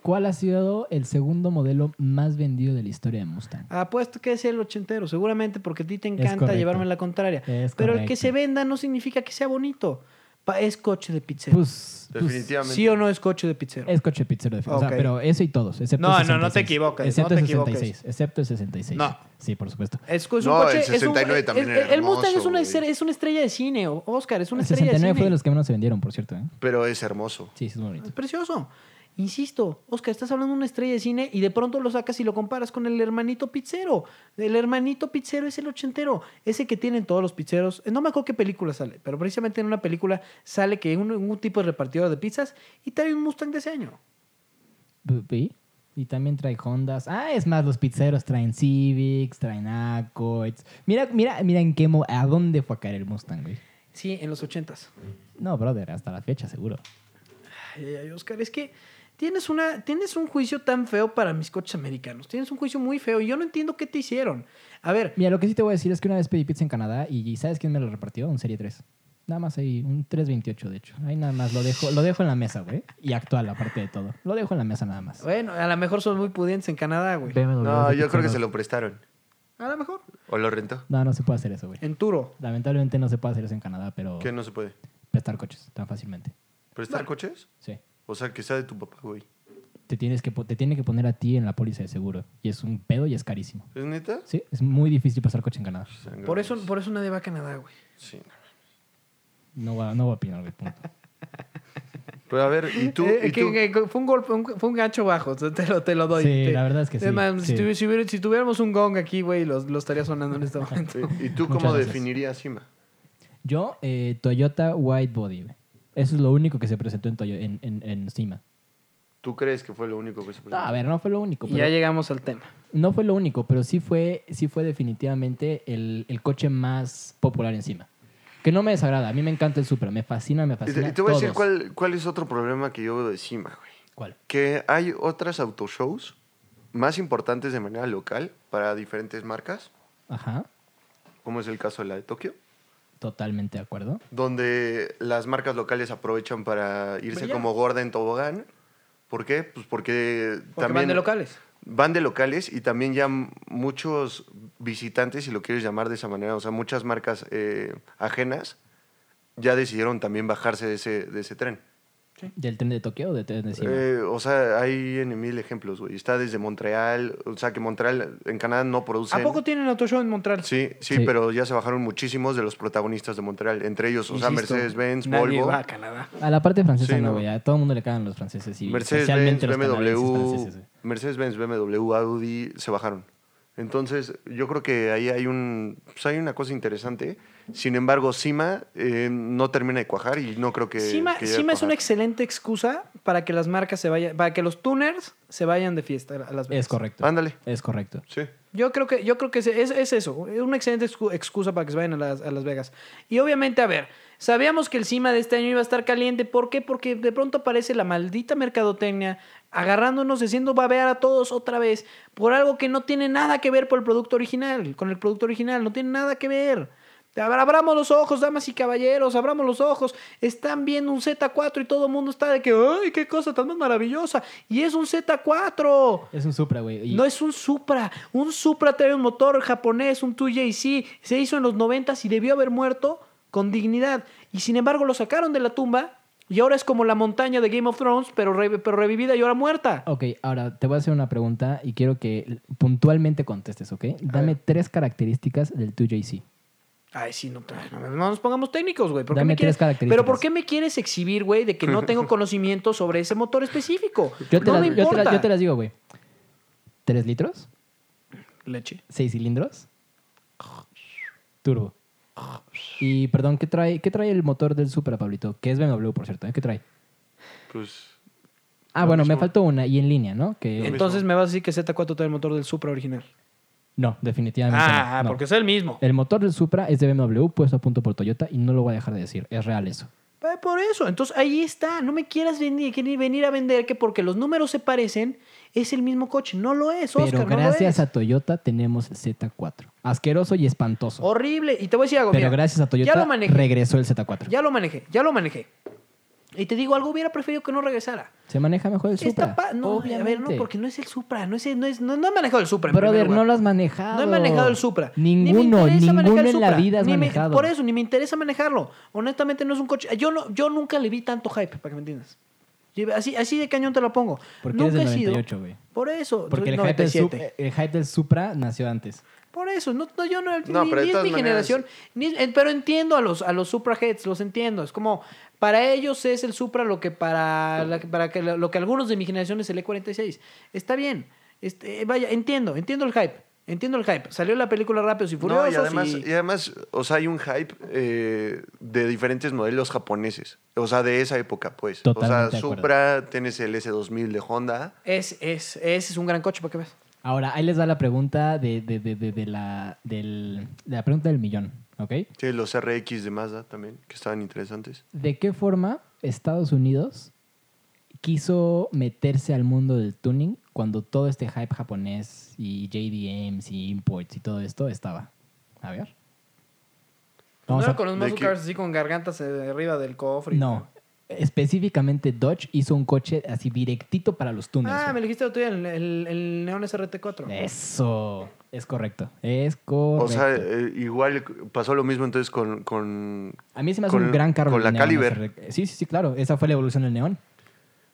¿Cuál ha sido el segundo modelo más vendido de la historia de Mustang? Apuesto que es el ochentero, seguramente porque a ti te encanta correcto. llevarme la contraria. Es Pero el que correcto. se venda no significa que sea bonito. Pa- es coche de pizzero. Pues, pues, Definitivamente. ¿Sí o no es coche de pizzero? es coche pizzero de o Ok. sea, pero eso y todos, excepto No, el no, no te 66. equivoques, Excepto no te el equivoques. 66, excepto el 66. No. Sí, por supuesto. Es, es un No, el coche. es un- 69 es- también es- era El Mustang es una, hermoso, estre- güey. es una estrella de cine, o- Oscar, es una El estrella de 69 fue de cine. los que menos se vendieron, por cierto. ¿eh? Pero es hermoso. Sí, sí, es muy bonito. Es precioso. Insisto, Oscar, estás hablando de una estrella de cine y de pronto lo sacas y lo comparas con el hermanito pizzero. El hermanito pizzero es el ochentero, ese que tienen todos los pizzeros. Eh, No me acuerdo qué película sale, pero precisamente en una película sale que un, un tipo es repartidor de pizzas y trae un Mustang de ese año. Y, y también trae Hondas. Ah, es más, los pizzeros traen Civics, traen Accords. Mira, mira, mira en qué mo- a dónde fue a caer el Mustang, güey. Sí, en los ochentas. No, brother, hasta la fecha, seguro. Ay, ay, ay, Oscar, es que tienes, una, tienes un juicio tan feo para mis coches americanos. Tienes un juicio muy feo y yo no entiendo qué te hicieron. A ver, Mira, lo que sí te voy a decir es que una vez pedí pizza en Canadá y y ¿sabes quién me lo repartió? Un Serie 3. Nada más ahí, un 328, de hecho. Ahí nada más lo dejo, lo dejo en la mesa, güey. Y actual, aparte de todo. Lo dejo en la mesa nada más. bueno, a lo mejor son muy pudientes en Canadá, güey. BMW No, de yo creo que pizzeros. se lo prestaron. A lo mejor. ¿O lo rentó? No, no se puede hacer eso, güey. En Turo. Lamentablemente no se puede hacer eso en Canadá, pero ¿Qué no se puede? prestar coches tan fácilmente. ¿Prestar coches? Sí. O sea, que sea de tu papá, güey. Te, tienes que, po- te tiene que poner a ti en la póliza de seguro. Y es un pedo y es carísimo. ¿Es neta? Sí, es muy difícil prestar coche en Canadá. Sangre. Por eso, por eso nadie va a Canadá, güey. Sí. No voy a, no voy a opinar, güey. punto. <laughs> Pero a ver, ¿y <laughs> tú? Eh, ¿Y que- tú? que fue un golpe, un- fue un gancho bajo, te te lo, te lo doy. Sí, Te- la verdad es que sí, Además, Si, sí. tuvi- si hubiera- si tuviéramos un gong aquí, güey, los, los estaría sonando en este momento. eh, ¿Y tú Muchas cómo gracias. definirías Cima? Yo, eh, Toyota White Body, güey. Eso es lo único que se presentó en, Toyo- en, en, en CIMA. ¿Tú crees que fue lo único que se No, presentó? Ah, a ver, no fue lo único. y Pero, ya llegamos al tema. No fue lo único, pero sí fue, sí fue definitivamente el, el coche más popular encima. Que no me desagrada. A mí me encanta el Supra. Me fascina, me Y fascina. te, y te voy a decir todos. cuál, cuál es otro problema que yo veo de Cima, güey. ¿Cuál? Que hay otras autoshows más importantes de manera local para diferentes marcas, Ajá. como es el caso de la de Tokio, Totalmente de acuerdo. donde las marcas locales aprovechan para irse Brillar. como gorda en tobogán. ¿Por qué? Pues porque, Porque van de locales. van de locales y también ya m- muchos visitantes, si lo quieres llamar de esa manera, o sea, muchas marcas eh, ajenas ya decidieron también bajarse de ese, de ese tren. ¿Del tren de Tokio o del tren de CIMA? Eh, o sea, hay en mil ejemplos, güey. Está desde Montreal, o sea, que Montreal en Canadá no produce. ¿A poco tienen autoshow en Montreal? Sí, sí, Sí. pero ya se bajaron muchísimos de los protagonistas de Montreal, entre ellos, o sea, Insisto, Mercedes-Benz, Nadie Volvo. va a Canadá. A la parte francesa Sí, no, no. güey. A todo el mundo le cagan los franceses. y Mercedes-Benz, especialmente los canadienses BMW, franceses, güey. Mercedes-Benz, BMW, Audi se bajaron. Entonces, yo creo que ahí hay, un, pues hay una cosa interesante. Sin embargo, Cima eh, no termina de cuajar y no creo que. Cima, que llegue a Cima es cuajar. una excelente excusa para que las marcas se vayan, para que los tuners se vayan de fiesta a las Vegas. Es correcto. Ándale. Es correcto. Sí. Yo creo que, yo creo que es, es- es eso, es una excelente excu- excusa para que se vayan a Las, a Las Vegas. Y obviamente, a ver, sabíamos que el CIMA de este año iba a estar caliente. ¿Por qué? Porque de pronto aparece la maldita mercadotecnia agarrándonos, haciendo babear a todos otra vez por algo que no tiene nada que ver por el producto original, con el producto original, no tiene nada que ver. Abra- Abramos los ojos, damas y caballeros, abramos los ojos. Están viendo un Z4 y todo el mundo está de que, ¡ay, qué cosa tan más maravillosa! Y es un Z4. Es un Supra, güey. y- No es un Supra. Un Supra trae un motor japonés, un 2JC. Se hizo en los 90 y debió haber muerto con dignidad. Y sin embargo lo sacaron de la tumba y ahora es como la montaña de Game of Thrones, pero, re- pero revivida y ahora muerta. Ok, ahora te voy a hacer una pregunta y quiero que puntualmente contestes, ¿ok? Dame tres características del 2JC. Ay, sí, no, no, no nos pongamos técnicos, güey. ¿Por qué Dame me quieres- tres características. Pero ¿por qué me quieres exhibir, güey, de que no tengo <laughs> conocimiento sobre ese motor específico? Yo te, no las, me yo te las- importa. yo te las digo, güey. ¿Tres litros? Leche. ¿Seis cilindros? Turbo. Y perdón, ¿qué trae, qué trae el motor del Supra, Pablito? Que es BMW, por cierto, ¿eh? ¿Qué trae? Pues. Ah, Lo bueno, me mismo. faltó una y en línea, ¿no? Que, Entonces me vas a decir que Z4 trae el motor del Supra original. no, definitivamente. Ah, no, no. porque es el mismo. El motor del Supra es de BMW puesto a punto por Toyota y no lo voy a dejar de decir. Es real eso. Eh, Por eso, entonces ahí está. No me quieras venir, que ni venir a vender que porque los números se parecen, es el mismo coche. No lo es, Oscar. Pero no lo gracias es. a Toyota tenemos el Z4. Asqueroso y espantoso. Horrible. Y te voy a decir algo. pero mira, gracias a Toyota Ya lo manejé. regresó el Z4. Ya lo manejé. Ya lo manejé. Y te digo, algo hubiera preferido que no regresara. Se maneja mejor el Esta Supra. pa- no, a ver, no, porque no es el Supra, no es el- no es no, no he manejado el Supra. en primer Brother, lugar. no lo has manejado. No he manejado el Supra. Ni me Ninguno, interesa manejar ninguno el en la Supra. vida has Ni me- manejado. por eso, ni me interesa manejarlo. Honestamente, no es un coche. Yo, no, yo nunca le vi tanto hype, para que me entiendas. Yo- Así, así de cañón te lo pongo. Porque nunca eres del he sido- 98, güey. Por eso. Porque soy el hype, del 97. Supra, el hype del Supra nació antes. Por eso, no, no, yo no, No, ni, pero de ni es todas mi maneras- generación, ni es- eh, pero entiendo a los, a los Supraheads, los entiendo. Es como, para ellos es el Supra lo que para, la- para que, lo que algunos de mi generación es el E E46. Está bien, este, eh, vaya, entiendo, entiendo el hype, entiendo el hype. Salió la película Rápidos y Furiosos No, y además, y- y además, o sea, hay un hype eh, de diferentes modelos japoneses. O sea, de esa época, pues. o Totalmente sea, de acuerdo. Supra, tienes el S2000 de Honda. es, es, ese es un gran coche, para que veas. Ahora, ahí les da la pregunta de, de, de, de, de la, del, de la pregunta del millón, ¿ok? Tienes los RX de Mazda también, que estaban interesantes. ¿De qué forma Estados Unidos quiso meterse al mundo del tuning cuando todo este hype japonés y JDMs y imports y todo esto estaba? A ver. Vamos no a- con los de muscle que- cars así con gargantas eh, arriba del cofre. y- No, específicamente Dodge hizo un coche así directito para los túneles. Ah, güey. me lo dijiste tú, el, el, el Neon SRT4. Eh, Eso. Es correcto. Es correcto. O sea, eh, igual pasó lo mismo entonces con... con a mí se me hace con- un gran carro. con el la Neon Caliber. SR. Sí, sí, sí, claro. Esa fue la evolución del neón.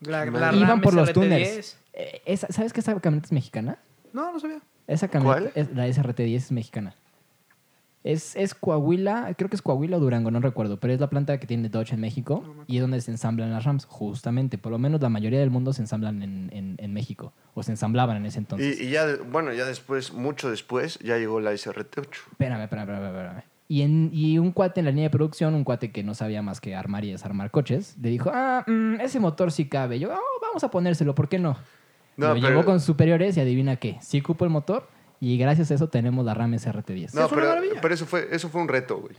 La, la Iban Ram Iban por los SRT10. túneles. Eh, esa- ¿Sabes que esa camioneta es mexicana? No, no sabía. Esa camioneta, es- la SRT10 es mexicana. Es, es Coahuila, creo que es Coahuila o Durango, no recuerdo, pero es la planta que tiene Dodge en México y es donde se ensamblan las Rams, justamente. Por lo menos la mayoría del mundo se ensamblan en, en- en México o se ensamblaban en ese entonces. y, y ya, de- bueno, ya después, mucho después, ya llegó la SRT8. Espérame, espérame, espérame, espérame. Y, en, y un cuate en la línea de producción, un cuate que no sabía más que armar y desarmar coches, le dijo, ah, mm, ese motor sí cabe. Yo, "Oh, vamos a ponérselo, ¿por qué no? No, Lo pero- llevó con superiores y adivina qué, sí cupo el motor y gracias a eso tenemos la RAM SRT10. No, es una maravilla. pero, pero eso, fue, eso fue un reto, güey.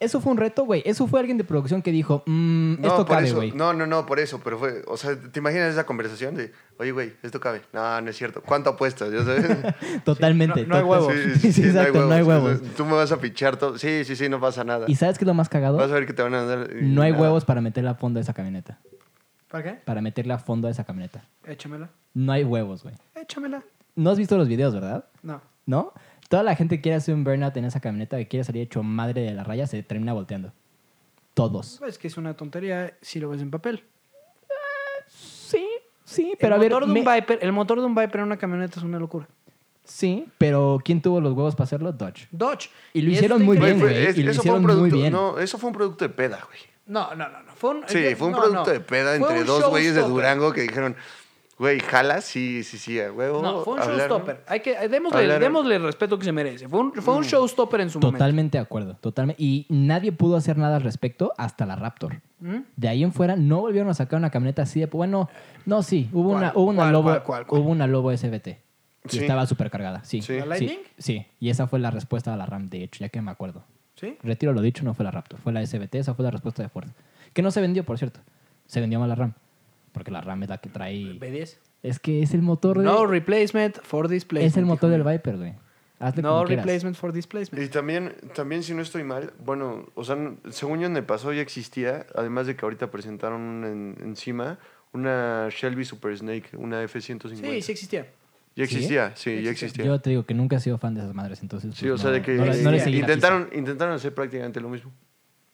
Eso fue un reto, güey. Eso fue alguien de producción que dijo, "Mm, No, esto por cabe, eso- güey. No, no, no, por eso, pero fue, o sea, ¿te imaginas esa conversación de, oye, güey, esto cabe? No, no es cierto. ¿Cuánto apuestas? ¿Ya sabes? <laughs> Totalmente. no- no hay total- <laughs> huevos. <laughs> Sí, sí, exacto, no hay huevos. Tú me vas a pichar todo. Sí, sí, sí, no pasa nada. ¿Y sabes qué es lo más cagado? Vas a ver que te van a dar. y No hay nada. huevos para meterle a fondo a esa camioneta. ¿Para qué? Para meterle a fondo a esa camioneta. Échamela. No hay huevos, güey. Échamela. No has visto los videos, ¿verdad? No. ¿No? Toda la gente que quiere hacer un burnout en esa camioneta, que quiere salir hecho madre de la raya, se termina volteando. Todos. Es que es una tontería si lo ves en papel. Sí, sí, el, motor de un me- Viper, el motor de un Viper en una camioneta es una locura. Sí, pero ¿quién tuvo los huevos para hacerlo? Dodge. Dodge. este Y lo eso hicieron está muy increíble. Güey, bien, eh. fue- güey, es- y lo eso fue un hicieron muy producto, bien. No, eso fue un producto de peda, güey. No, no, no, no. Fue un, Sí, yo- fue un no, producto no. de Fue peda entre un dos güeyes de showstopper. Durango que dijeron, güey, jala, sí, sí, sí, a huevo. No, fue un hablar, showstopper. Hay que, eh, démosle, Hablar- démosle el respeto que se merece. Fue un, fue Mm. un showstopper en su Totalmente de acuerdo, totalmente. Y nadie pudo hacer nada al respecto hasta la Raptor. momento. De ahí en fuera no volvieron a sacar una camioneta así de... Bueno, no, sí, hubo ¿Cuál? una, hubo una ¿Cuál, Lobo, cuál, cuál, cuál? Hubo una Lobo SBT. Y Sí. estaba súper cargada, sí. Sí. ¿La Lightning? Sí, y esa fue la respuesta a la RAM, de hecho, ya que me acuerdo. ¿Sí? Retiro lo dicho, no fue la Raptor, fue la SBT, esa fue la respuesta de Ford. Que no se vendió, por cierto. Se vendió más la RAM. Porque la RAM es la que trae... B10. Es que es el motor de... No replacement for displacement. es el motor hijo del mío. Viper, güey. Hazle No como quieras. replacement for Y displacement. también, también, si no estoy mal, bueno, o sea, no- según yo en el pasado ya existía, además de que ahorita presentaron un en- encima una Shelby Super Snake, una F-150. Sí, sí existía. Ya ¿Sí? existía, sí, ya existía. Yo te digo que nunca he sido fan de esas madres, entonces... sí, pues, o sea, no- de que no le- no le eh, seguí la pista. intentaron, intentaron hacer prácticamente lo mismo.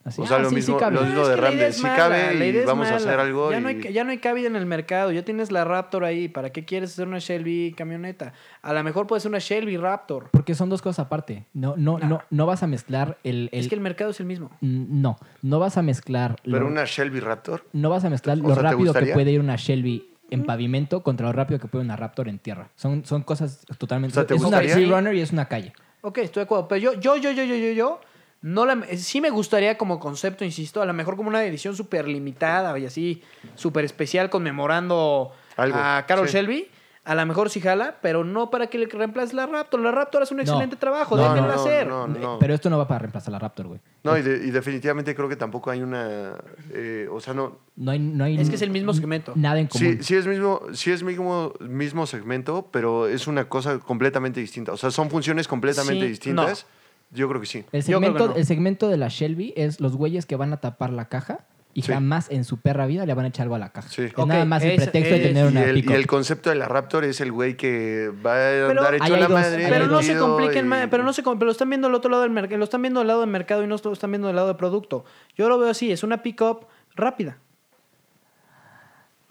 Así, O sea, ah, lo sí, sí mismo- cabe. lo No, mismo es de que Ram la de, idea es "Sí mala, cabe la idea y es vamos a hacer mala". algo Ya, no hay, y- ca- ya no hay cabida en el mercado. Ya tienes la Raptor ahí. ¿Para qué quieres hacer una Shelby camioneta? A lo mejor puede ser una Shelby Raptor. Porque son dos cosas aparte. No, no, Nah. no, no vas a mezclar el. el- Es que el mercado es el mismo. Mm, No, no vas a mezclar. lo- Pero una Shelby Raptor. No vas a mezclar O lo sea, ¿te rápido que gustaría? puede ir una Shelby en pavimento contra lo rápido que puede una Raptor en tierra. Son, son cosas totalmente. O sea, ¿te es una gustaría? pre-runner y es una calle. Ok, estoy de acuerdo. Pero yo, yo, yo, yo, yo, yo, yo, no la, eh, sí me gustaría como concepto, insisto, a lo mejor como una edición súper limitada y así, súper especial, conmemorando Algo, a Carol sí. Shelby. A lo mejor sí jala, pero no para que le reemplace la Raptor. La Raptor hace un No. excelente trabajo, No, déjenla no, no, hacer. no, no. Pero esto no va para reemplazar la Raptor, güey. No, y, de- y definitivamente creo que tampoco hay una. eh, o sea, no. No hay, no hay Es que es el mismo segmento. Nada en común. Sí, sí es mismo, sí es mismo, mismo segmento, pero es una cosa completamente distinta. O sea, son funciones completamente Sí, distintas. Yo creo que sí. El Yo creo que segmento, no. el segmento de la Shelby es los güeyes que van a tapar la caja y Sí. jamás en su perra vida le van a echar algo a la caja. Sí. Es Ok, nada más el esa- pretexto es- de tener Y una el, y pick-up. el concepto de la Raptor es el güey que va a Pero- andar Ahí hecho hay la dos, madre. ahí Pero hay no se metido compliquen y- más, pero no se com- pero lo están viendo del otro lado del mercado, lo están viendo del lado del mercado y no lo están viendo del lado de producto. Yo lo veo así, es una pick-up rápida.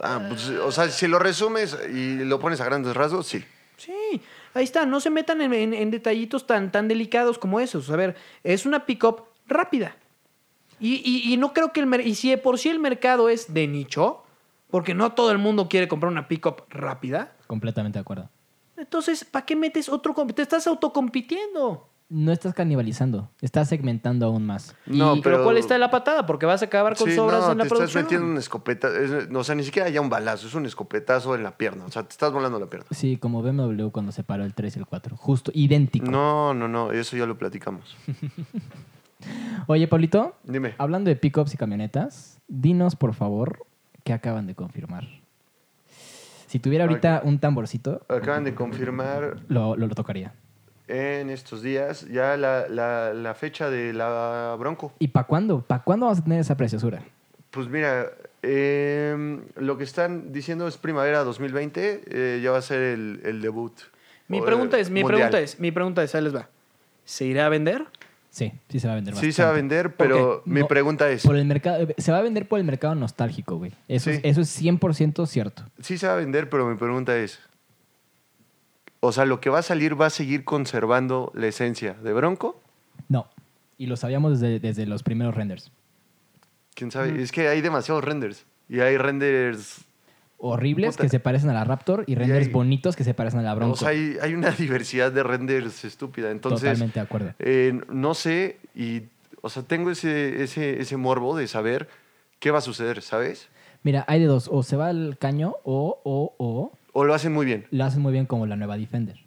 Ah, pues, o sea, si lo resumes y lo pones a grandes rasgos, sí. Sí, ahí está, no se metan en, en- en detallitos tan, tan delicados como esos. A ver, es una pick-up rápida. Y, y- y no creo que el mercado, y si de por sí el mercado es de nicho, porque no todo el mundo quiere comprar una pick-up rápida, Completamente de acuerdo. entonces, ¿para qué metes otro? comp- Te estás autocompitiendo. No estás canibalizando, estás segmentando aún más. No, y, pero, pero- ¿cuál está la patada? Porque vas a acabar con Sí, sobras no, en la te estás producción. metiendo un escopetazo. o sea, ni siquiera ya un balazo, es un escopetazo en la pierna. O sea, te estás volando la pierna. Sí, como BMW cuando separó el 3 y el 4. Justo, idéntico. No, no, no, eso ya lo platicamos. Oye, Pablito, Dime. hablando de pickups y camionetas, dinos por favor qué acaban de confirmar. Si tuviera ahorita un tamborcito, Acaban de confirmar lo, lo- lo tocaría. en estos días ya la, la- la fecha de la Bronco. ¿Y para cuándo? ¿Para cuándo vamos a tener esa preciosura? Pues mira, em, lo que están diciendo es primavera 2020, eh, ya va a ser el, el debut. Mi o, pregunta eh, es, mi mundial. pregunta es, mi pregunta es, ahí les va. ¿Se irá a vender? Sí, sí se va a vender. Sí se va a bastante. vender, pero Ok, mi no, pregunta es, Por el mercado, se va a vender por el mercado nostálgico, güey. Eso, Sí. es, eso es 100% cierto. sí se va a vender, pero mi pregunta es, o sea, lo que va a salir va a seguir conservando la esencia de Bronco. No. Y lo sabíamos desde, desde los primeros renders. ¿Quién sabe? Es que hay demasiados renders y hay renders Horribles Puta. que se parecen a la Raptor y renders ahí- bonitos que se parecen a la Bronco. O sea, hay, hay una <laughs> diversidad de renders estúpida. Entonces, Totalmente de acuerdo. eh, no sé, y, o sea, tengo ese, ese, ese morbo de saber qué va a suceder, ¿sabes? Mira, hay de dos. O se va al caño o, o, o O lo hacen muy bien. lo hacen muy bien como la nueva Defender.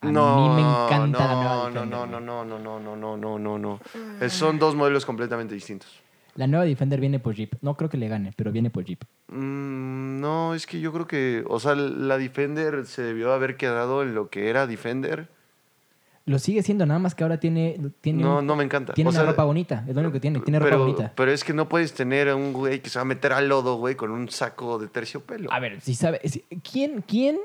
A no, mí me encanta no, la nueva no, Defender. no, güey. no, no, no, no, no, no, no, no, no. Eh, Son dos modelos completamente distintos. La nueva Defender viene por Jeep. No creo que le gane, pero viene por Jeep. Mm, no, es que yo creo que, o sea, la Defender se debió haber quedado en lo que era Defender. Lo sigue siendo, nada más que ahora tiene. tiene No, un- no me encanta. Tiene O una sea, ropa bonita. Es lo único que tiene. Tiene ropa pero, bonita. Pero es que no puedes tener a un güey que se va a meter al lodo, güey, con un saco de terciopelo. A ver, si sabe. si- ¿Quién, quién,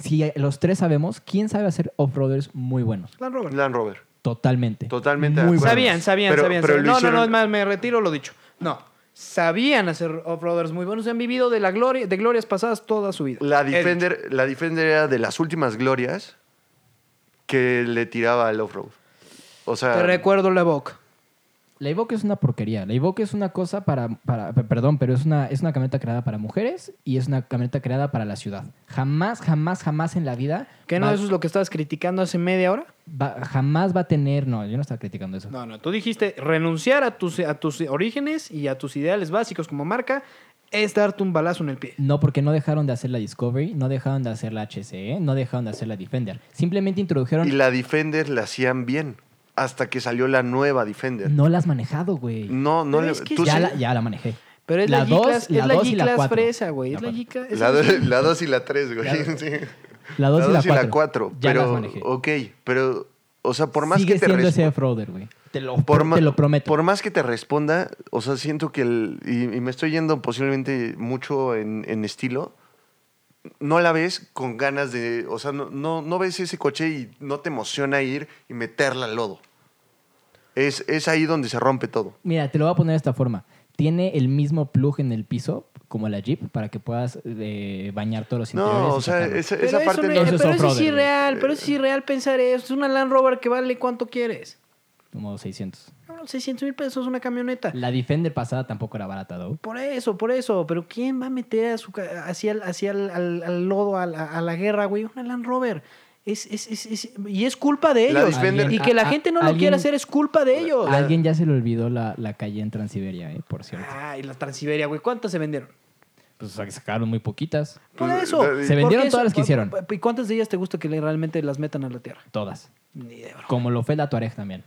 si los tres sabemos, quién sabe hacer off-roaders muy buenos? Land Rover. Land Rover. Totalmente. Totalmente de Muy acuerdo. buenos. Sabían, sabían, Pero- sabían. pero sabían. lo no, no, no, hicieron- es más, me retiro lo dicho. No, sabían hacer off-roaders muy buenos. Han vivido de, la gloria, de glorias pasadas toda su vida. La He Defender, la Defender era de las últimas glorias que le tiraba al off-road. O dicho. sea, Te recuerdo la boca. La Evoque es una porquería. La Evoque es una cosa para, para per- perdón, pero es una, es una camioneta creada para mujeres y es una camioneta creada para la ciudad. Jamás, jamás, jamás en la vida. ¿Qué no? va- ¿Eso es lo que estabas criticando hace media hora? va- jamás va a tener. No, yo no estaba criticando eso. No, no. Tú dijiste renunciar a tus, a tus orígenes y a tus ideales básicos como marca es darte un balazo en el pie. No, porque no dejaron de hacer la Discovery, no dejaron de hacer la HCE, no dejaron de hacer la Defender. Simplemente introdujeron. y la Defender la hacían bien hasta que salió la nueva Defender. No la has manejado, güey. No, no, Pero le- es que Mm, tú ya, sí- la, ya la manejé. Pero es la, dos, G-Class, es la dos y la G-Class cuatro. fresa, güey. Es la cuatro. G-Class. es la la do- la 2 y la 3, güey. La- <laughs> Sí. La dos y la dos cuatro. cuatro, Ya pero, las manejé. ok, pero, o sea, por más Sigue que te siendo ese resp- off-roader, güey. Te lo, por ma- te lo prometo. Por más que te responda, o sea, siento que el- y, y me estoy yendo posiblemente mucho en, en estilo. No la ves con ganas de. O sea, no, no, no ves ese coche y no te emociona ir y meterla al lodo. Es, es ahí donde se rompe todo. Mira, te lo voy a poner de esta forma. Tiene el mismo plug en el piso como la Jeep para que puedas eh, bañar todos los interiores. No, y o sea, sacarlo. esa, Pero esa eso parte no- no. Eso es pero eso es off-roader, güey. irreal, pero eso es irreal pensar eso. Es una Land Rover que vale cuánto quieres. Como 600. Cabrón, 600 mil pesos una camioneta. La Defender pasada tampoco era barata, ¿no? Por eso, por eso. Pero ¿quién va a meter a su ca- hacia el, hacia el- al, al lodo, a la, a la guerra, güey? Una Land Rover. Es, es- es- es- y es culpa de La ellos. Defender- Y que la a- a- gente no lo alguien- quiera hacer es culpa de ellos. A alguien ya se le olvidó la, la calle en Transiberia, ¿eh? por cierto. Ay, la Transiberia, güey. ¿Cuántas se vendieron? Pues o sea, que sacaron muy poquitas. Por Pues, eso. la- Se Porque vendieron todas las que cu- hicieron. ¿Y cuántas de ellas te gusta que le- realmente las metan a la tierra? Todas. Ni idea, bro. Como lo fue la Tuareg también.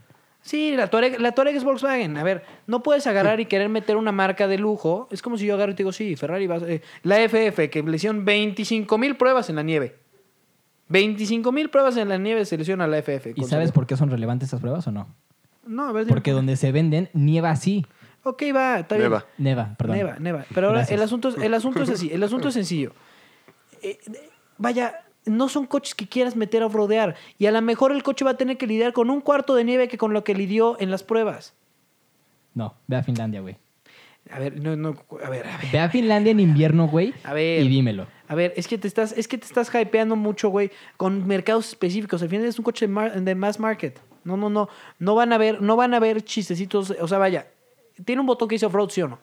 Sí, la Touareg, la Touareg es Volkswagen. A ver, no puedes agarrar y querer meter una marca de lujo. Es como si yo agarro y te digo, sí, Ferrari va a- eh, la FF, que le hicieron 25 mil pruebas en la nieve. 25 mil pruebas en la nieve se lesiona a la FF. ¿Y sabes por qué son relevantes estas pruebas o no? No, a ver, dime. Porque donde se venden, nieva así. Ok, va, está bien. Neva. Neva, perdón. Neva, neva. Pero ahora Gracias. el asunto, es, el asunto es así, el asunto es sencillo. Eh, eh, vaya, no son coches que quieras meter a rodear y a lo mejor el coche va a tener que lidiar con un cuarto de nieve que con lo que lidió en las pruebas. No, ve a Finlandia, güey. A ver, no, no, a ver, a ver. Ve a Finlandia en invierno, güey. A ver. Y dímelo. A ver, es que te estás, es que te estás hypeando mucho, güey, con mercados específicos. Al final es un coche de, mar- de mass market. No, no, no. No van a ver, no van a ver chistecitos. O sea, vaya, tiene un botón que dice off-road, ¿sí o no?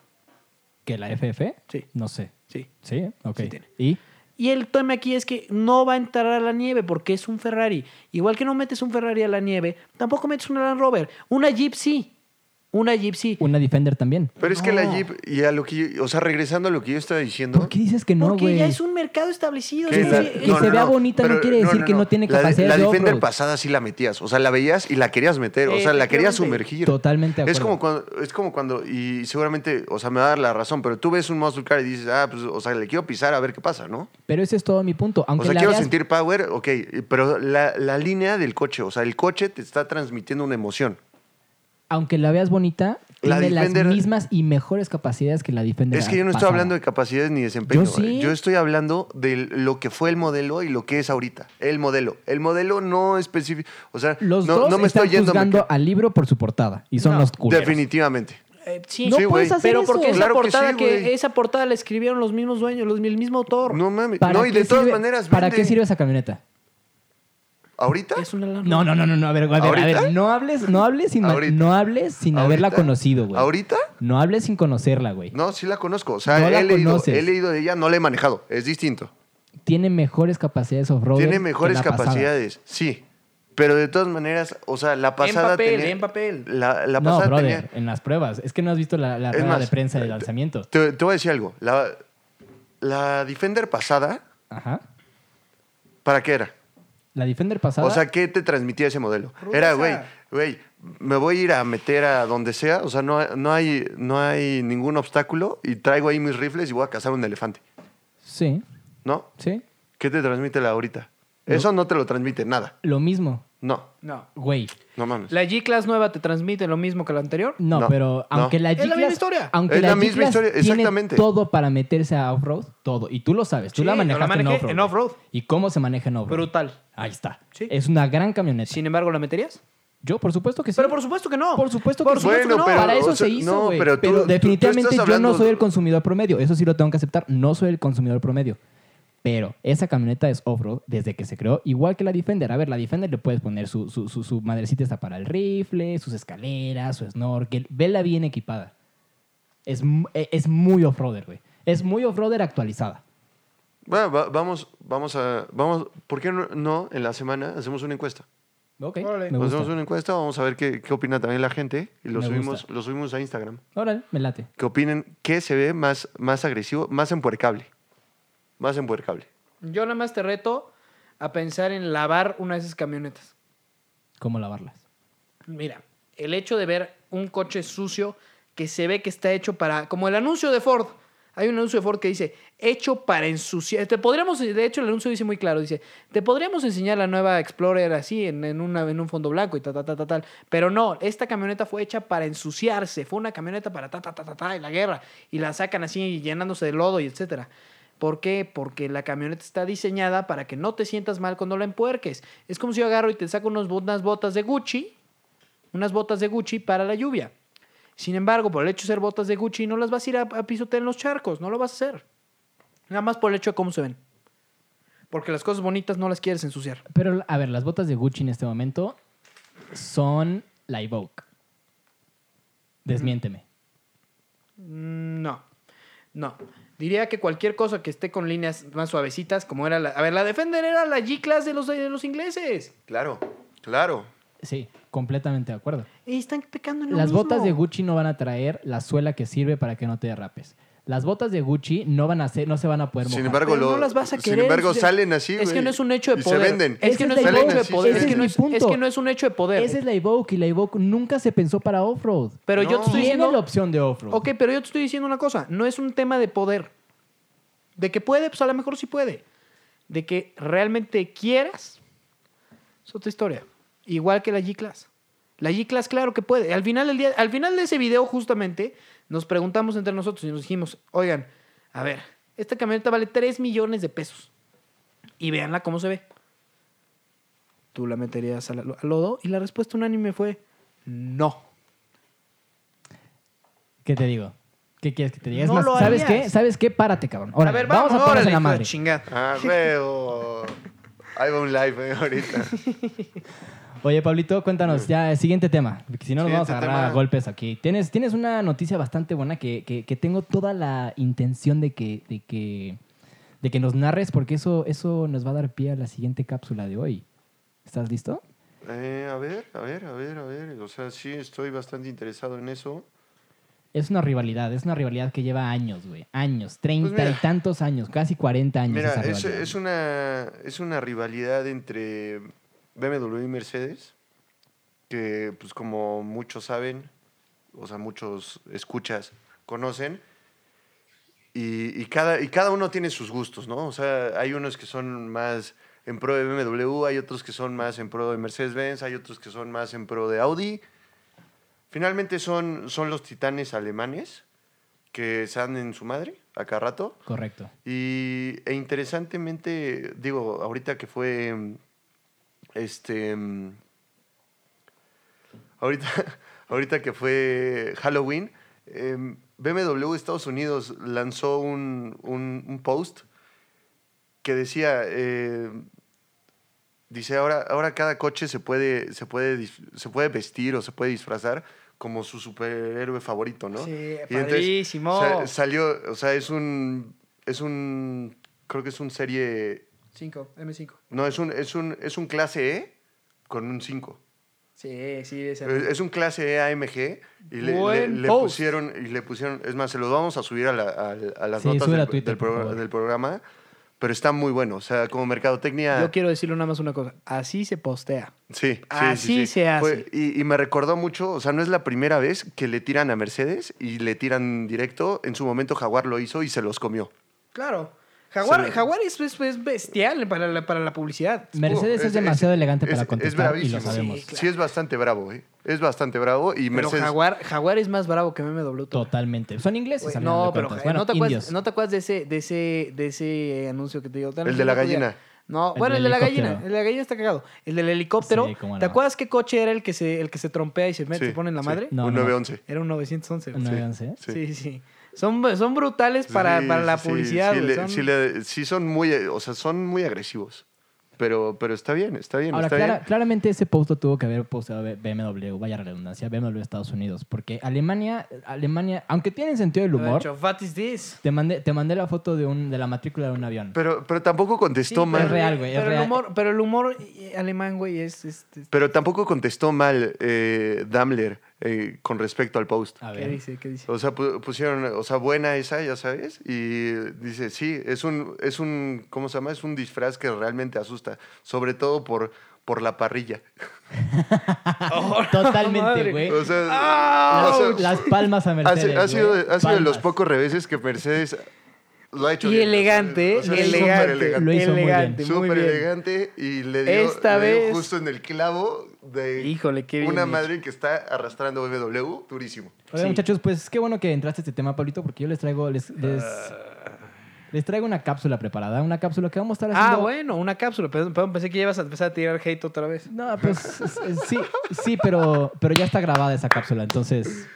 ¿Que la FF? Sí. No sé. Sí. Sí, ok. Sí tiene. ¿Y? Y el tema aquí es que no va a entrar a la nieve porque es un Ferrari. Igual que no metes un Ferrari a la nieve, tampoco metes una Land Rover. Una Jeep sí. Una Jeep sí. Una Defender también. Pero es que la No. Jeep, y a lo que yo- o sea, regresando a lo que yo estaba diciendo. ¿Por qué dices que no, porque güey? ya es un mercado establecido. que es la- muy- que es- no, se vea bonita no pero- quiere decir que no tiene La de- capacidad La de Defender off-road. pasada sí la metías. O sea, la veías y la querías meter. O sea, la querías Efectivamente. sumergir. Totalmente de Es como acuerdo. cuando, es como cuando, y seguramente, o sea, me va a dar la razón, pero tú ves un muscle car y dices, ah, pues, o sea, le quiero pisar a ver qué pasa, ¿no? Pero ese es todo mi punto. Aunque o sea, la quiero veas- sentir power, ok, pero la, la línea del coche, o sea, el coche te está transmitiendo una emoción. aunque la veas bonita, La tiene Defender- las mismas y mejores capacidades que la Defender. Es que yo no estoy pasada. hablando de capacidades ni desempeño. ¿eh? Yo sí. Yo estoy hablando de lo que fue el modelo y lo que es ahorita. El modelo. El modelo no específico. O sea, Los no, dos no me están estoy yendo. me juzgando ca- al libro por su portada y son No. los culeros. Definitivamente. eh, sí. No Sí, güey. puedes hacer pero eso. porque esa Claro que portada sí, que, güey. esa portada la escribieron los mismos dueños, los, el mismo autor. No mames. ¿Para No, y qué de todas sirve- maneras. ¿Para venden. qué sirve esa camioneta? ¿Ahorita? Es una Land No, Rover. no, no, no, no, a ver, a ver, a ¿Ahorita? ver, no hables, no hables sin, Ahorita. no hables sin haberla ¿Ahorita? conocido, güey. ¿Ahorita? No hables sin conocerla, güey. No, sí la conozco. O sea, No la he, leído, conoces. he leído de ella, no la he manejado. Es distinto. Tiene mejores capacidades off-road. Tiene que mejores la pasada. capacidades, sí. Pero de todas maneras, o sea, la pasada papel, tenía- en papel. La, la No, pasada brother, tenía... en las pruebas. Es que no has visto la, la Es rueda más, de prensa de eh, lanzamiento. Te, te voy a decir algo. La, la Defender pasada, Ajá. ¿para qué era? La Defender pasada. O sea, ¿qué te transmitía ese modelo? Ruta Era, esa. güey, güey, me voy a ir a meter a donde sea. O sea, no, no, hay, no hay ningún obstáculo y traigo ahí mis rifles y voy a cazar un elefante, sí, ¿no? sí. ¿Qué te transmite la ahorita? Eso no te lo transmite nada. Lo mismo, No, No. güey. no mames. ¿La G-Class nueva te transmite lo mismo que la anterior? No, No, pero no. aunque la Es la G-Class- misma historia. Aunque Es la la misma G-Class historia, tiene exactamente. todo para meterse a off-road, todo. Y tú lo sabes, tú Sí, la la manejaste manejé en en off-road. off-road. ¿Y cómo se maneja en off-road? Brutal. Ahí está. Sí. Es una gran camioneta. Sin embargo, ¿la meterías? Yo, por supuesto que sí. Pero por supuesto que no. Por supuesto que Por sí. supuesto Bueno, que no. pero- para eso o sea, se hizo, no, güey. pero tú- tú- tú definitivamente estás yo no hablando- soy el consumidor promedio. Eso sí lo tengo que aceptar. No soy el consumidor promedio. Pero esa camioneta es off-road desde que se creó, igual que la Defender. A ver, la Defender le puedes poner su, su, su, su madrecita esta para el rifle, sus escaleras, su snorkel. Vela bien equipada. Es, mu- eh, es muy off-roader, güey. Es muy off-roader actualizada. Bueno, va- vamos, vamos a, vamos, ¿por qué no, no en la semana hacemos una encuesta? Ok, Órale. me gusta. Hacemos una encuesta, Pues vamos a ver qué, qué opina también la gente y lo Me subimos, gusta. lo subimos a Instagram. Órale, me late. Que opinen qué se ve más, más agresivo, más empuercable. Más empuercable. Yo nada más te reto a pensar en lavar una de esas camionetas. ¿Cómo lavarlas? Mira, el hecho de ver un coche sucio que se ve que está hecho para. Como el anuncio de Ford. Hay un anuncio de Ford que dice, hecho para ensuciar. Te podríamos, de hecho, el anuncio dice muy claro, dice, te podríamos enseñar la nueva Explorer así, en, en una, en un fondo blanco y ta, ta, ta, ta, tal. Pero no, esta camioneta fue hecha para ensuciarse. Fue una camioneta para ta, ta, ta, ta, ta, y la guerra. Y la sacan así, llenándose de lodo y etcétera. ¿Por qué? Porque la camioneta está diseñada para que no te sientas mal cuando la empuerques. Es como si yo agarro y te saco unos, bo- unas botas de Gucci unas botas de Gucci para la lluvia. Sin embargo, por el hecho de ser botas de Gucci, no las vas a ir a, a pisotear en los charcos, no lo vas a hacer. Nada más por el hecho de cómo se ven. Porque las cosas bonitas no las quieres ensuciar. Pero, a ver, las botas de Gucci en este momento son la Evoque. Desmiénteme. Mm, No, no. Diría que cualquier cosa que esté con líneas más suavecitas, como era la... A ver, la Defender era la G-Class de los, de los ingleses. Claro, claro. Sí, completamente de acuerdo. Y están pecando en lo Las mismo. botas de Gucci no van a traer la suela que sirve para que no te derrapes. Las botas de Gucci no van a ser, no se van a poder mojar. Sin embargo, Pero lo- no las vas a sin querer embargo, ensuciar. salen así. Es que güey, no es un hecho de y poder. Se venden. Es que Esa no es es un la hecho de Evoque, poder. ese Es es que no mi es- es que punto. no es un hecho de poder. Esa es la Evoque y la Evoque nunca se pensó para off-road. Pero yo No. te estoy Tiene diciendo... la opción de off-road. Ok, pero yo te estoy diciendo una cosa. No es un tema de poder. De que puede, pues a lo mejor sí puede. De que realmente quieras, es otra historia. Igual que la G-Class. La G-Class, claro que puede. Al final, del día, al final de ese video, justamente, nos preguntamos entre nosotros y nos dijimos, oigan, a ver, esta camioneta vale 3 millones de pesos. Y véanla cómo se ve. ¿Tú la meterías al, al lodo? Y la respuesta unánime fue, no. ¿Qué te digo? ¿Qué quieres que te diga? Es No más, lo ¿sabes harías. qué? ¿Sabes qué? Párate, cabrón. Órale, a ver, vamos, a ponerse órale, la hijo de madre. chingada. <laughs> ¡Ah, huevo! Ahí va un live eh, ahorita. Oye, Pablito, cuéntanos ya el siguiente tema. Porque si no, nos vamos a Siguiente agarrar a tema. golpes aquí. Tienes, tienes una noticia bastante buena que, que- que tengo toda la intención de que, de que, de que nos narres, porque eso, eso nos va a dar pie a la siguiente cápsula de hoy. ¿Estás listo? Eh, a ver, a ver, a ver, a ver. O sea, sí, estoy bastante interesado en eso. Es una rivalidad, es una rivalidad que lleva años, güey. Años, treinta Pues mira. y tantos años, casi 40 años. Mira, esa es, rivalidad. es una, es una rivalidad entre BMW y Mercedes, que pues como muchos saben, o sea, muchos escuchas, conocen, y, y cada, y cada uno tiene sus gustos, ¿no? O sea, hay unos que son más en pro de BMW, hay otros que son más en pro de Mercedes-Benz, hay otros que son más en pro de Audi. Finalmente son, son los titanes alemanes que se dan en su madre a cada rato. Correcto. Y, e interesantemente, digo, ahorita que fue. mm, Este. mm, Ahorita, <laughs> ahorita que fue Halloween, em, BMW Estados Unidos lanzó un, un- un post que decía. eh, dice, ahora, ahora cada coche se puede, se, puede, dis- se puede vestir o se puede disfrazar como su superhéroe favorito, ¿no? Sí, Y padrísimo. sa- salió, o sea, es un. Es un. Creo que es un serie. 5, M5. No, es un, es un, es un clase E con un 5. Sí, sí, esa. Es es un clase E AMG y le, le- Buen le post. pusieron, y le pusieron, es más, se los vamos a subir a, la- a- a las Sí, notas súbela del, a Twitter, del por programa- favor. del programa, pero está muy bueno, o sea, como mercadotecnia, Yo quiero decirle nada más una cosa. Así se postea. sí, sí, sí, Así sí. se hace. y, y me recordó mucho, o sea, no es la primera vez que le tiran a Mercedes y le tiran directo, en su momento Jaguar lo hizo y se los comió. Claro. Jaguar, Sí. Jaguar es, es- es bestial para la, para la publicidad. Mercedes Oh, es demasiado elegante para es- contestar es y lo bravísimo. sabemos. Sí, claro. Sí, es bastante bravo, ¿eh? Es bastante bravo Pero y Mercedes... Jaguar, Jaguar es más bravo que BMW. Totalmente. Son ingleses, Güey, al final no, de pero cuentas. ja- Bueno, ¿no, te acuerdas, indios. ¿no te acuerdas de ese, de ese, de ese anuncio que te digo? Tal El vez de la otro día. gallina. No, El bueno, el del de la gallina. helicóptero. El de la gallina está cagado. El del helicóptero. Sí, cómo ¿Te no. acuerdas qué coche era el que se, el que se trompea y se, mete, Sí, se pone en la sí. madre? No, un no, no. 911. Era un 911. güey. Un 911. Sí, sí. Son, son brutales para, Sí, para la sí, sí, publicidad. Sí, güey, le- son- sí le- sí son muy, eh, o sea, son muy agresivos. Pero, pero está bien, está bien, Ahora, está clara- bien. claramente ese post lo tuvo que haber posteado B- BMW, vaya redundancia, BMW de Estados Unidos, porque Alemania, Alemania, aunque tienen sentido del Haber humor, dicho, What is this? te mandé, te mandé la foto de, un, de la matrícula de un avión. Pero, pero tampoco contestó Sí, mal. es real, güey, es Pero, real. El humor, pero el humor eh, alemán, güey, es. es- es- Pero tampoco contestó mal eh, Daimler eh, con respecto al post. A ¿Qué ver, <laughs> dice? ¿Qué dice? O sea, pu- pusieron, o sea, buena esa, ya sabes, y dice, sí, es un, es un, ¿cómo se llama? Es un disfraz que realmente asusta, sobre todo por, por la parrilla. totalmente, Oh, Madre. güey. O sea, ¡Auch! o sea, Las palmas a ha, Mercedes. sido- <laughs> ha sido, güey. ha sido de los Palmas. pocos reveses que Mercedes lo ha hecho Y bien, o sea, elegante, o sea, lo hizo elegante, súper elegante. Lo hizo muy elegante, muy Súper bien. elegante y le dio, Esta le dio vez- justo en el clavo de Híjole, qué bien una hecho. madre que está arrastrando BMW durísimo. Oigan, Sí. muchachos, pues qué bueno que entraste a este tema, Pablito, porque yo les traigo, les, les, les traigo una cápsula preparada, una cápsula que vamos a estar haciendo. Ah. Ah, bueno, una cápsula. Perdón, perdón, pensé que ya ibas a empezar a tirar hate otra vez. No, pues es- es- sí, sí, pero, pero ya está grabada esa cápsula. Entonces,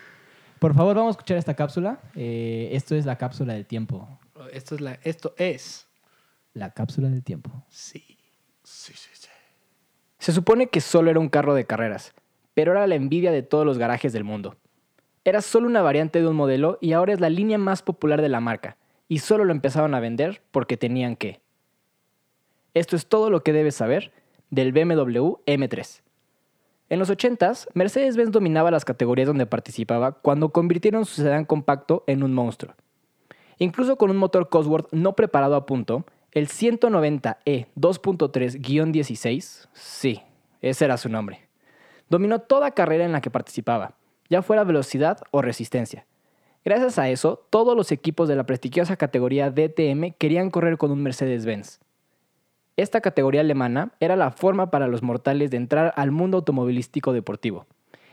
por favor, vamos a escuchar esta cápsula. Eh, esto es la cápsula del tiempo. Esto es la, esto es. La cápsula del tiempo. Sí. Sí, sí, sí. Se supone que solo era un carro de carreras, pero era la envidia de todos los garajes del mundo. Era solo una variante de un modelo y ahora es la línea más popular de la marca, y solo lo empezaron a vender porque tenían que. Esto es todo lo que debes saber del BMW M3. En los 80s, Mercedes-Benz dominaba las categorías donde participaba cuando convirtieron su sedán compacto en un monstruo. Incluso con un motor Cosworth no preparado a punto, el E 190E 2.3-16, sí, ese era su nombre, dominó toda carrera en la que participaba, ya fuera velocidad o resistencia. Gracias a eso, todos los equipos de la prestigiosa categoría DTM querían correr con un Mercedes-Benz. Esta categoría alemana era la forma para los mortales de entrar al mundo automovilístico deportivo.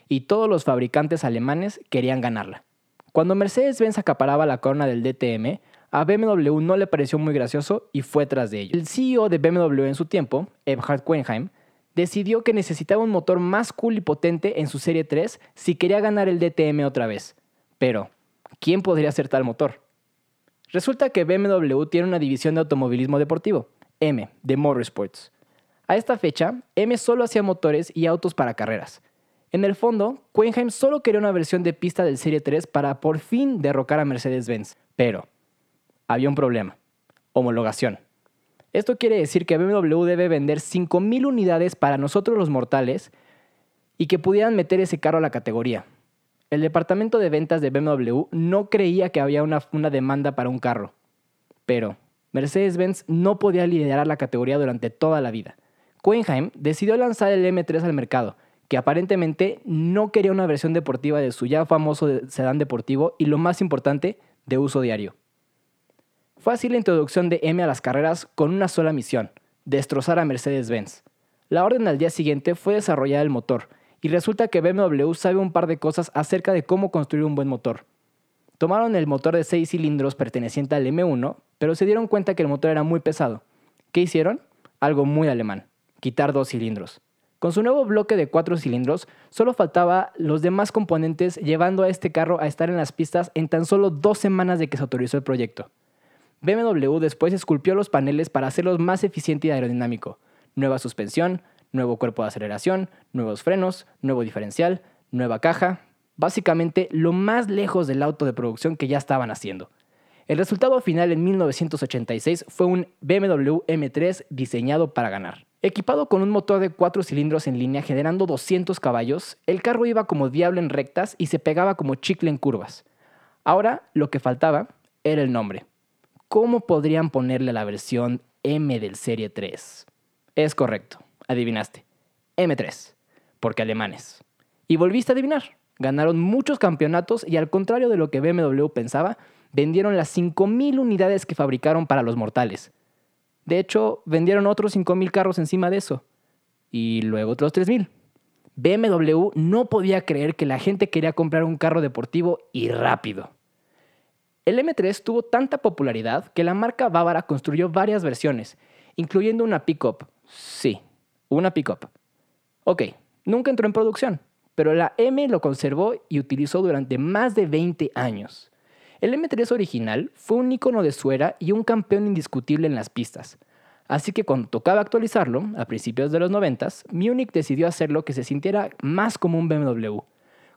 y todos los fabricantes alemanes querían ganarla. Cuando Mercedes-Benz acaparaba la corona del DTM, a BMW no le pareció muy gracioso y fue tras de ello. El CEO de BMW en su tiempo, Ebhard Quenheim, decidió que necesitaba un motor más cool y potente en su Serie 3 si quería ganar el DTM otra vez. Pero, ¿quién podría ser tal motor? Resulta que BMW tiene una división de automovilismo deportivo, M, de Motorsports. A esta fecha, M solo hacía motores y autos para carreras. En el fondo, Quenheim solo quería una versión de pista del Serie 3 para por fin derrocar a Mercedes-Benz. Pero, había un problema. Homologación. Esto quiere decir que BMW debe vender 5.000 unidades para nosotros los mortales y que pudieran meter ese carro a la categoría. El departamento de ventas de BMW no creía que había una, una demanda para un carro. Pero Mercedes-Benz no podía liderar la categoría durante toda la vida. Quenheim decidió lanzar el M3 al mercado, que aparentemente no quería una versión deportiva de su ya famoso de- sedán deportivo y lo más importante, de uso diario. Fue así la introducción de M a las carreras con una sola misión, destrozar a Mercedes-Benz. La orden al día siguiente fue desarrollar el motor, y resulta que BMW sabe un par de cosas acerca de cómo construir un buen motor. Tomaron el motor de 6 cilindros perteneciente al M1, pero se dieron cuenta que el motor era muy pesado. ¿Qué hicieron? Algo muy alemán, quitar dos cilindros. Con su nuevo bloque de cuatro cilindros, solo faltaba los demás componentes llevando a este carro a estar en las pistas en tan solo dos semanas de que se autorizó el proyecto. BMW después esculpió los paneles para hacerlos más eficiente y aerodinámico. Nueva suspensión, nuevo cuerpo de aceleración, nuevos frenos, nuevo diferencial, nueva caja. Básicamente lo más lejos del auto de producción que ya estaban haciendo. El resultado final en 1986 fue un BMW M3 diseñado para ganar. Equipado con un motor de cuatro cilindros en línea generando 200 caballos, el carro iba como diablo en rectas y se pegaba como chicle en curvas. Ahora lo que faltaba era el nombre. ¿Cómo podrían ponerle la versión M del Serie 3? Es correcto, adivinaste. M3, porque alemanes. Y volviste a adivinar. Ganaron muchos campeonatos y al contrario de lo que BMW pensaba, vendieron las 5.000 unidades que fabricaron para los mortales. De hecho, vendieron otros 5.000 carros encima de eso. Y luego otros 3.000. BMW no podía creer que la gente quería comprar un carro deportivo y rápido. El M3 tuvo tanta popularidad que la marca bávara construyó varias versiones, incluyendo una pickup. Sí, una pickup. Ok, nunca entró en producción, pero la M lo conservó y utilizó durante más de 20 años. El M3 original fue un icono de su era y un campeón indiscutible en las pistas. Así que cuando tocaba actualizarlo, a principios de los 90, Munich decidió hacerlo que se sintiera más como un BMW.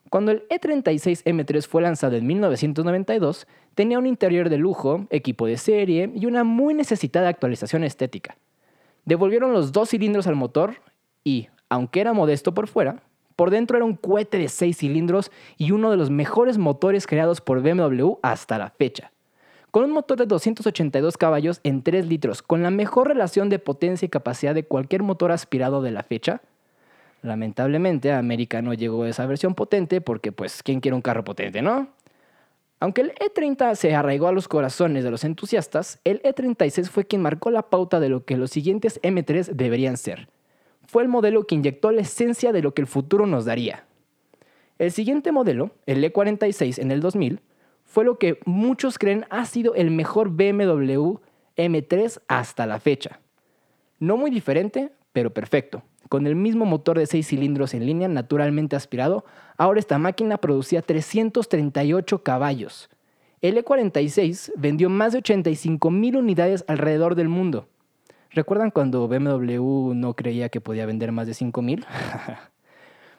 Cuando el E E36 M3 fue lanzado en 1992, tenía un interior de lujo, equipo de serie y una muy necesitada actualización estética. Devolvieron los dos cilindros al motor y, aunque era modesto por fuera, por dentro era un cohete de seis cilindros y uno de los mejores motores creados por BMW hasta la fecha. Con un motor de 282 caballos en 3 litros, con la mejor relación de potencia y capacidad de cualquier motor aspirado de la fecha, Lamentablemente, a América no llegó a esa versión potente porque, pues, ¿quién quiere un carro potente, no? Aunque el E30 se arraigó a los corazones de los entusiastas, el E E36 fue quien marcó la pauta de lo que los siguientes M3 deberían ser. Fue el modelo que inyectó la esencia de lo que el futuro nos daría. El siguiente modelo, el E E46 en el 2000, fue lo que muchos creen ha sido el mejor BMW M3 hasta la fecha. No muy diferente, pero perfecto. Con el mismo motor de 6 cilindros en línea naturalmente aspirado, ahora esta máquina producía 338 caballos. El E E46 vendió más de 85 mil unidades alrededor del mundo. ¿Recuerdan cuando BMW no creía que podía vender más de 5 mil? <laughs>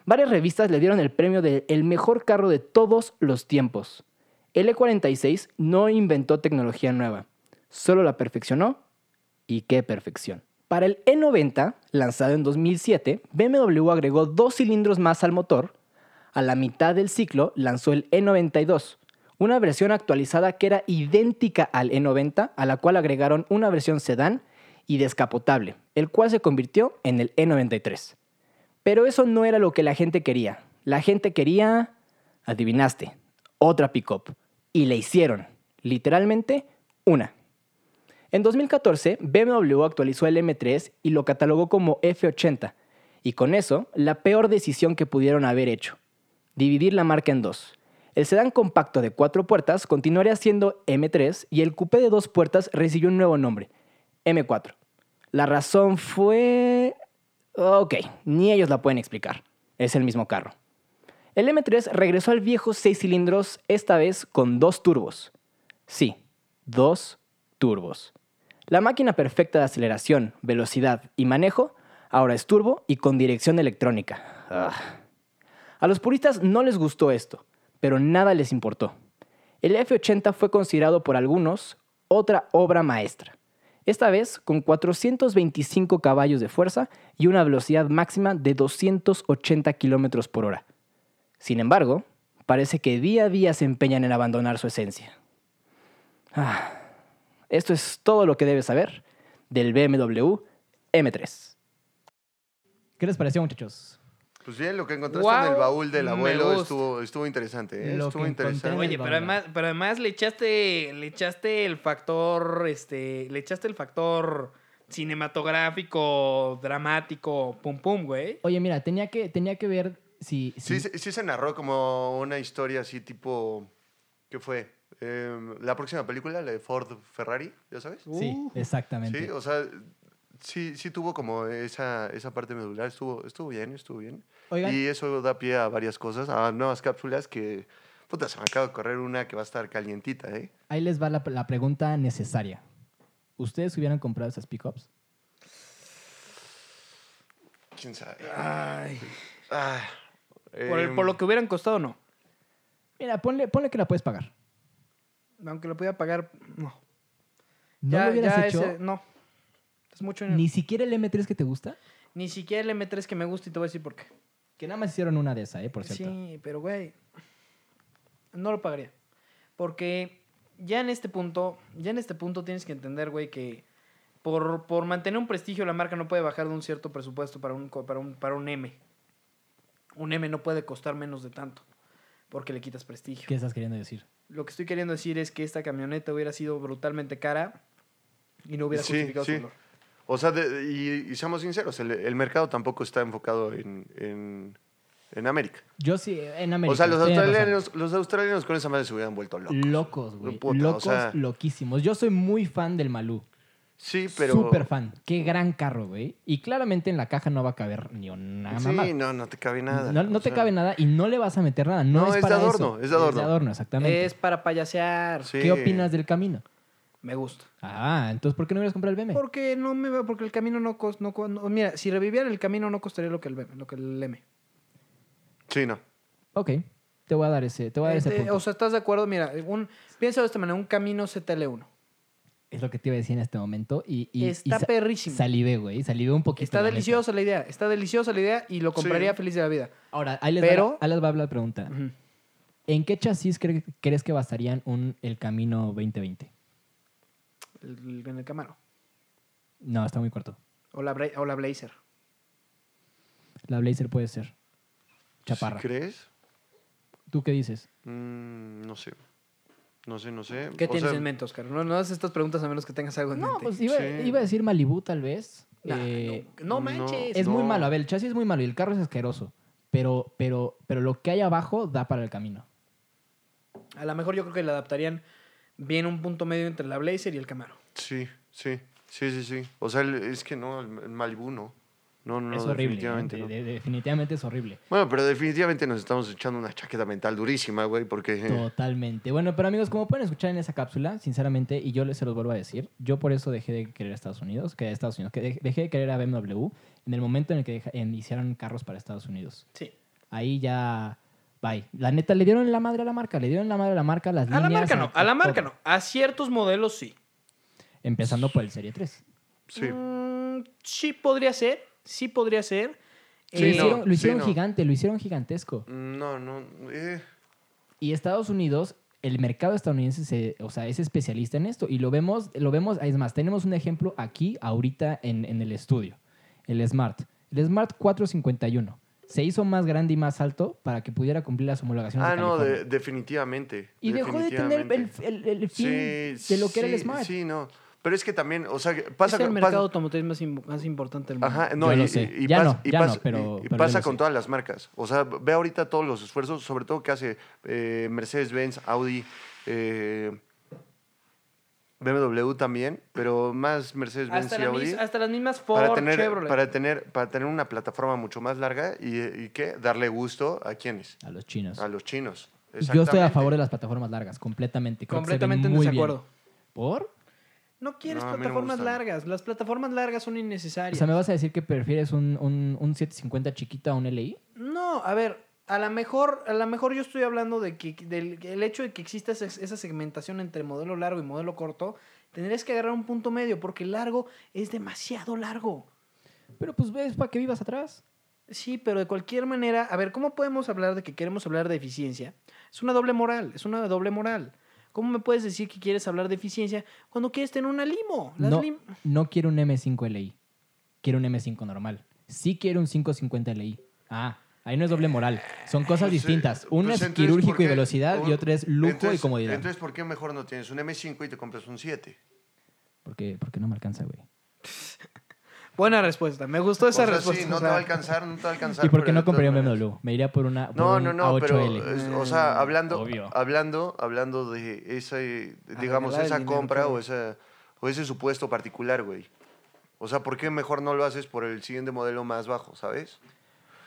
Varias revistas le dieron el premio de el mejor carro de todos los tiempos. El E E46 no inventó tecnología nueva, solo la perfeccionó y qué perfección. Para el E90, lanzado en 2007, BMW agregó dos cilindros más al motor. A la mitad del ciclo lanzó el E E92, una versión actualizada que era idéntica al E90, a la cual agregaron una versión sedán y descapotable, el cual se convirtió en el E E93. Pero eso no era lo que la gente quería. La gente quería, adivinaste, otra pickup. Y le hicieron, literalmente, una. En 2014, BMW actualizó el M3 y lo catalogó como F80, y con eso, la peor decisión que pudieron haber hecho. dividir la marca en dos. El sedán compacto de cuatro puertas continuaría siendo M3 y el coupé de dos puertas recibió un nuevo nombre, M4. La razón fue... Ok, ni ellos la pueden explicar. Es el mismo carro. El M3 regresó al viejo 6 cilindros, esta vez con dos turbos. Sí, dos turbos. La máquina perfecta de aceleración, velocidad y manejo ahora es turbo y con dirección electrónica. Ah. Ugh. A los puristas no les gustó esto, pero nada les importó. El F80 fue considerado por algunos otra obra maestra, esta vez con 425 caballos de fuerza y una velocidad máxima de 280 km por hora. Sin embargo, parece que día a día se empeñan en abandonar su esencia. Ah, esto es todo lo que debes saber del BMW M3. ¿Qué les pareció, muchachos? Pues bien, lo que encontraste Guau, en el baúl del me abuelo gusta. estuvo, estuvo interesante. ¿eh? Lo Estuvo que interesante. encontré. Oye, pero además, pero además le echaste, le echaste el factor, este, le echaste el factor cinematográfico, dramático, pum pum, güey. Oye, mira, tenía que, tenía que ver si... si- Sí, se- sí se narró como una historia así tipo... ¿Qué fue? Eh, la próxima película, la de Ford Ferrari, ¿ya sabes? sí, Uh. exactamente. Sí, o sea, sí, sí tuvo como esa, esa parte medular, estuvo, estuvo bien, estuvo bien. Oigan. Y eso da pie a varias cosas, a nuevas cápsulas que, puta, se me acaba de correr una que va a estar calientita, ¿eh? Ahí les va la, la pregunta necesaria. ¿Ustedes hubieran comprado esas pickups? ¿Quién sabe? Ay. Ah, Por, el- em, por lo que hubieran costado, no. Mira, ponle, ponle que la puedes pagar. Aunque lo pudiera pagar, no. ¿No lo hubieras hecho? ese- no. Es mucho dinero. Ni Ni, siquiera el M3 que te gusta. siquiera el M3 que me gusta y te voy a decir por qué. Que nada más hicieron una de esas, ¿eh? Por cierto. Sí, pero güey, no lo pagaría. Porque ya en este punto, ya en este punto tienes que entender, güey, que por, por mantener un prestigio la marca no puede bajar de un cierto presupuesto para un, co- para un, para un M. Un M no puede costar menos de tanto, porque le quitas prestigio. ¿Qué estás queriendo decir? Lo que estoy queriendo decir es que esta camioneta hubiera sido brutalmente cara y no hubiera Sí, justificado sí. su valor. O sea, de- y, y seamos sinceros, el, el mercado tampoco está enfocado en, en, en América. Yo sí, en América. O sea, los tienes razón. australianos, los australianos con esa madre se hubieran vuelto locos. Locos, güey. Puta, o locos, sea- loquísimos. Yo soy muy fan del Malú. Sí, pero... Súper fan. Qué gran carro, güey. Y claramente en la caja no va a caber ni una mamá. Sí, no, no te cabe nada. No, no o te sea, cabe nada y no le vas a meter nada. No, No, es de para adorno, eso. es de adorno. Es de adorno, exactamente. Es para payasear. sí. ¿Qué opinas del camino? Me gusta. Ah, entonces ¿por qué no hubieras comprado el BM? Porque no me va, porque el camino no, cos- no, co- no- mira, si revivieran el camino no costaría lo que el B- lo que el M. Sí, no. Ok, te voy a dar ese, te voy a dar ese Este, punto. o sea, ¿estás de acuerdo? Mira, un piensa de esta manera, un camino ZL1. es lo que te iba a decir en este momento. Y, y- y está sa- perrísimo. Salivé, güey. Salivé un poquito. Está la neta. deliciosa la idea, está deliciosa la idea y lo compraría feliz de la vida. Ahora, ahí les, va, Pero- la- ahí les va la pregunta. Ujú. ¿En qué chasis cre- crees que basarían un El Camino 2020? El- el- en el Camaro No, está muy corto. o la Bra- o la Blazer. La Blazer puede ser. Chaparra. ¿Sí ¿Crees? ¿Tú qué dices? Mm, no sé. No sé, no sé. ¿Qué O tienes sea, en mente, Oscar? No, no hagas estas preguntas a menos que tengas algo en No, mente. pues iba, Sí. iba a decir Malibú tal vez. Nah, Eh, no, no manches. Es No. muy malo. A ver, el chasis es muy malo y el carro es asqueroso. Pero, pero, pero lo que hay abajo da para el camino. A lo mejor yo creo que le adaptarían bien un punto medio entre la Blazer y el Camaro. Sí, sí, sí, sí, sí. O sea, el- es que no, el, el Malibu no. No, no, es no, horrible. ¿no? definitivamente De- no. de- definitivamente es horrible. Bueno, pero definitivamente nos estamos echando una chaqueta mental durísima, güey, porque... eh, Totalmente. Bueno, pero amigos, como pueden escuchar en esa cápsula, sinceramente, y yo les se los vuelvo a decir, yo por eso dejé de querer a Estados Unidos, que a Estados Unidos, que de- dejé de querer a BMW en el momento en el que deja- en- hicieron carros para Estados Unidos. Sí. Ahí ya, bye. La neta, le dieron la madre a la marca, le dieron la madre a la marca, las A la líneas, marca no, a la marca todo. no. A ciertos modelos sí. Empezando por el Serie 3. Sí. Mm, sí podría ser, sí podría ser. Sí, lo Eh, hicieron, no, lo hicieron sí, no. gigante, lo hicieron gigantesco. Mm, No, no. eh. Y Estados Unidos, el mercado estadounidense, se- o sea, es especialista en esto. Y lo vemos, lo vemos, es más, tenemos un ejemplo aquí, ahorita en, en el estudio. El Smart. El Smart 451. Se hizo más grande y más alto para que pudiera cumplir las homologaciones. Ah, de no, de- California. definitivamente. y dejó de tener el, definitivamente. el- el- el fin Sí, de lo que era el sí, Smart. Sí, no. Pero es que también, o sea, pasa es el pasa- mercado automotriz más, im- más importante del mundo. Ajá, Yo no, y, lo sé. y- y Ya pas- no, y ya no, pas- pero- y- y pero yo pasa lo con sé. todas las marcas. O sea, ve ahorita todos los esfuerzos, sobre todo que hace eh, Mercedes-Benz, Audi, eh, BMW también, pero más Mercedes-Benz Hasta, y la Audi. mis- hasta las mismas Ford, Para tener, Chevrolet. para, tener, para tener una plataforma mucho más larga y, y ¿qué? Darle gusto a quienes? A los chinos. A los chinos. Yo estoy a Exactamente. favor de las plataformas largas, completamente. Creo que se ven Completamente en muy bien. desacuerdo. ¿Por? No quieres No, a mí no me plataformas gustan. largas. Las plataformas largas son O innecesarias. sea, ¿me vas a decir que prefieres un, un, un 750 chiquito a un LI? No, a ver, a lo mejor, a lo mejor yo estoy hablando de que del el hecho de que exista esa, esa segmentación entre modelo largo y modelo corto, tendrías que agarrar un punto medio, porque el largo es demasiado largo. Pero pues ves para que vivas atrás. Sí, pero de cualquier manera, a ver, ¿cómo podemos hablar de que queremos hablar de eficiencia? Es una doble moral, es una doble moral. ¿Cómo me puedes decir que quieres hablar de eficiencia cuando quieres tener una limo? Las No, lim- no quiero un M5 LI. Quiero un M5 normal. Sí quiero un 550 LI. Ah, ahí no es doble moral. Son cosas Pues, eh, distintas. Una es pues, entonces, quirúrgico ¿por y qué? velocidad y Un- otra es lujo y entonces- comodidad. Entonces, ¿por qué mejor no tienes un M5 y te compras un 7? porque, porque no me alcanza, güey. Buena respuesta, me gustó O esa sea, respuesta. sí, no o te sea, va a alcanzar, no te va a alcanzar. ¿Y por qué pero no de todas compraría un maneras. BMW? Me iría por una por No, un no, no, pero, A8L. es- o sea, hablando, Mm, Obvio. Ah, hablando, hablando de esa, eh, la digamos, verdad, el esa dinero, compra claro. o, esa, o ese supuesto particular, güey. O sea, ¿por qué mejor no lo haces por el siguiente modelo más bajo, sabes?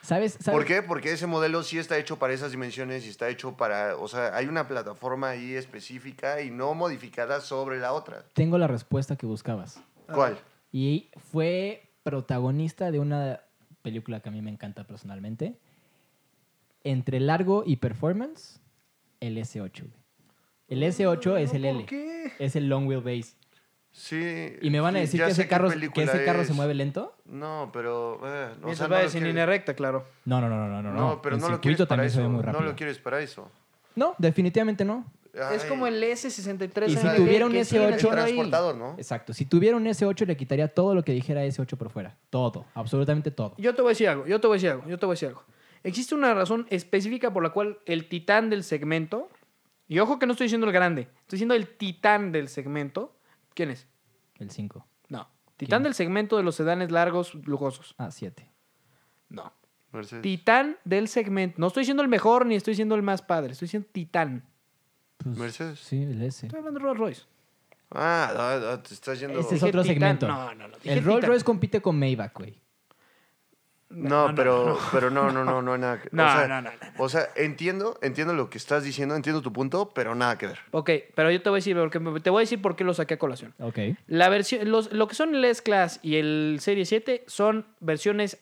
¿Sabes? ¿Sabes? ¿Por qué? Porque ese modelo sí está hecho para esas dimensiones y está hecho para, o sea, hay una plataforma ahí específica y no modificada sobre la otra. Tengo la respuesta que buscabas. ¿Cuál? Y fue protagonista de una película que a mí me encanta personalmente. Entre largo y performance, el S8. güey. El S8 es el ¿por L. qué? Es el long wheelbase. Sí. Y me van a sí, decir ya que sé ese qué carro, que película ese carro se es. mueve lento. No, pero. eh, o Mientras sea, no vaya lo sin quiere- línea recta, claro. No, no, no, no, no. No, pero En no lo circuito quieres para también se eso. ve muy No rápido. lo quieres para eso. No, definitivamente no. Es Ay, como el S63. Y si AMG tuviera un que siguen S8 el estando ahí. transportador, ¿no? Exacto. Si tuviera un S8 le quitaría todo lo que dijera S8 por fuera. Todo, absolutamente todo. Yo te voy a decir algo, yo te voy a decir algo, yo te voy a decir algo. Existe una razón específica por la cual el titán del segmento, y ojo que no estoy diciendo el grande, estoy diciendo el titán del segmento. ¿Quién es? El 5. No. Titán ¿Quién? del segmento de los sedanes largos, lujosos. Ah, 7. No. Mercedes. Titán del segmento. No estoy diciendo el mejor ni estoy diciendo el más padre, estoy diciendo titán. Pues, Mercedes. Sí, el S. Estoy hablando de Rolls Royce. Ah, ah, ah, te estás yendo. Ese es Dije otro titán. segmento. No, no, no, dije El Rolls titán. Royce compite con Maybach, güey. No, No, no, pero, pero no, no, no, no hay nada que <laughs> No, o sea, no, no, no, O sea, entiendo, entiendo lo que estás diciendo, entiendo tu punto, pero nada que ver. Ok, pero yo te voy a decir, porque te voy a decir por qué lo saqué a colación. Ok. La versión, los, lo que son el S-Class y el Serie 7 son versiones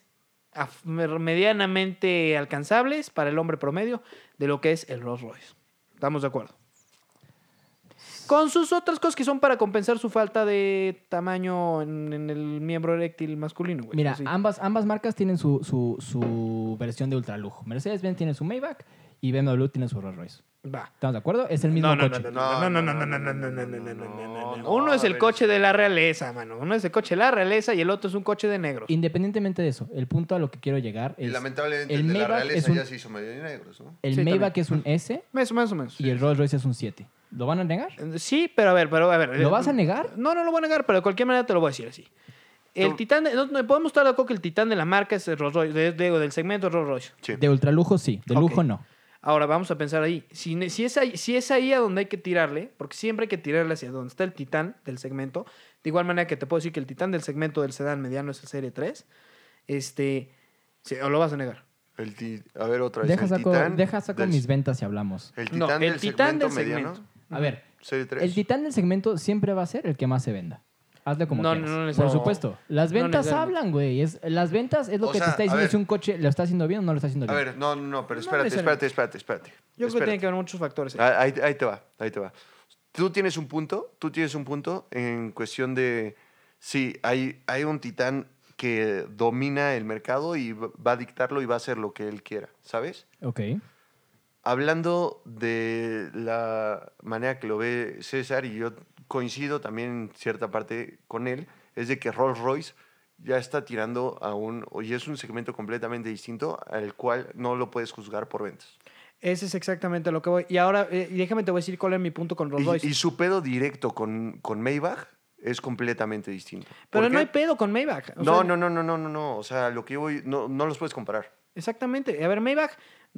af- mer- medianamente alcanzables para el hombre promedio de lo que es el Rolls Royce. ¿Estamos de acuerdo? Con sus otras cosas que son para compensar su falta de tamaño en, en el miembro eréctil masculino, güey. Mira, Así. ambas, ambas marcas tienen su, su, su versión de ultralujo. Mercedes-Benz tiene su Maybach y BMW tiene su Rolls Royce. Va. ¿Estamos de acuerdo? Es el mismo No, no, coche. no, no, no, no, no, no, no, no, no, no, no, no. Uno es a el ver, coche de la realeza, mano. Uno es el coche de la realeza y el otro es un coche de negros. Independientemente de eso, el punto a lo que quiero llegar Y es... lamentablemente el el de la Maybach es realeza un- ya se hizo medio de negros, ¿no? El Sí, Maybach es un S Más o menos, más o menos. y el Rolls Royce es un 7. ¿Lo van a negar? Sí, pero a ver, pero a ver. eh, ¿Lo vas a negar? No, no lo voy a negar, pero de cualquier manera te lo voy a decir así. El Tú- titán, de- no, no, podemos estar de acuerdo que el titán de la marca es el Rolls Royce, de- digo, del segmento Rolls Royce. Sí. De ultralujo sí, de Ok. lujo no. Ahora vamos a pensar ahí. Si, ne- si, es ahí. si es ahí a donde hay que tirarle, porque siempre hay que tirarle hacia donde está el titán del segmento, de igual manera que te puedo decir que el titán del segmento del sedán mediano es el Serie 3, este, sí, o lo vas a negar. El ti- a ver, otra vez. Deja el saco, titán deja saco del- mis ventas y hablamos. El No, titán, el del, titán segmento del segmento. mediano, A ver, serie 3. el titán del segmento siempre va a ser el que más se venda. Hazle como No, quieras. no, no Por necesariamente. supuesto. Las No ventas necesariamente. hablan, güey. Es, las ventas es lo O que sea, te está a diciendo ver. si un coche lo está haciendo bien o no lo está haciendo A bien. ver, no, no, no, pero No espérate, espérate, espérate, espérate. Yo creo que Espérate. tiene que haber muchos factores. ahí. Ah, Ahí, ahí te va, ahí te va. Tú tienes un punto, tú tienes un punto en cuestión de sí, hay, hay un titán que domina el mercado y va va a dictarlo y va a hacer lo que él quiera, ¿sabes? Ok. Hablando de la manera que lo ve César, y yo coincido también en cierta parte con él, es de que Rolls Royce ya está tirando a un, y es un segmento completamente distinto al cual no lo puedes juzgar por ventas. Ese es exactamente lo que voy. Y ahora, eh, y déjame te voy a decir cuál es mi punto con Rolls Y- Royce. Y, su pedo directo con, con Maybach es completamente distinto. ¿Por Pero qué? no hay pedo con Maybach. o No, sea, no, no, no, no, no, no. O sea, lo que yo voy, no, no los puedes comparar. Exactamente. A ver, Maybach,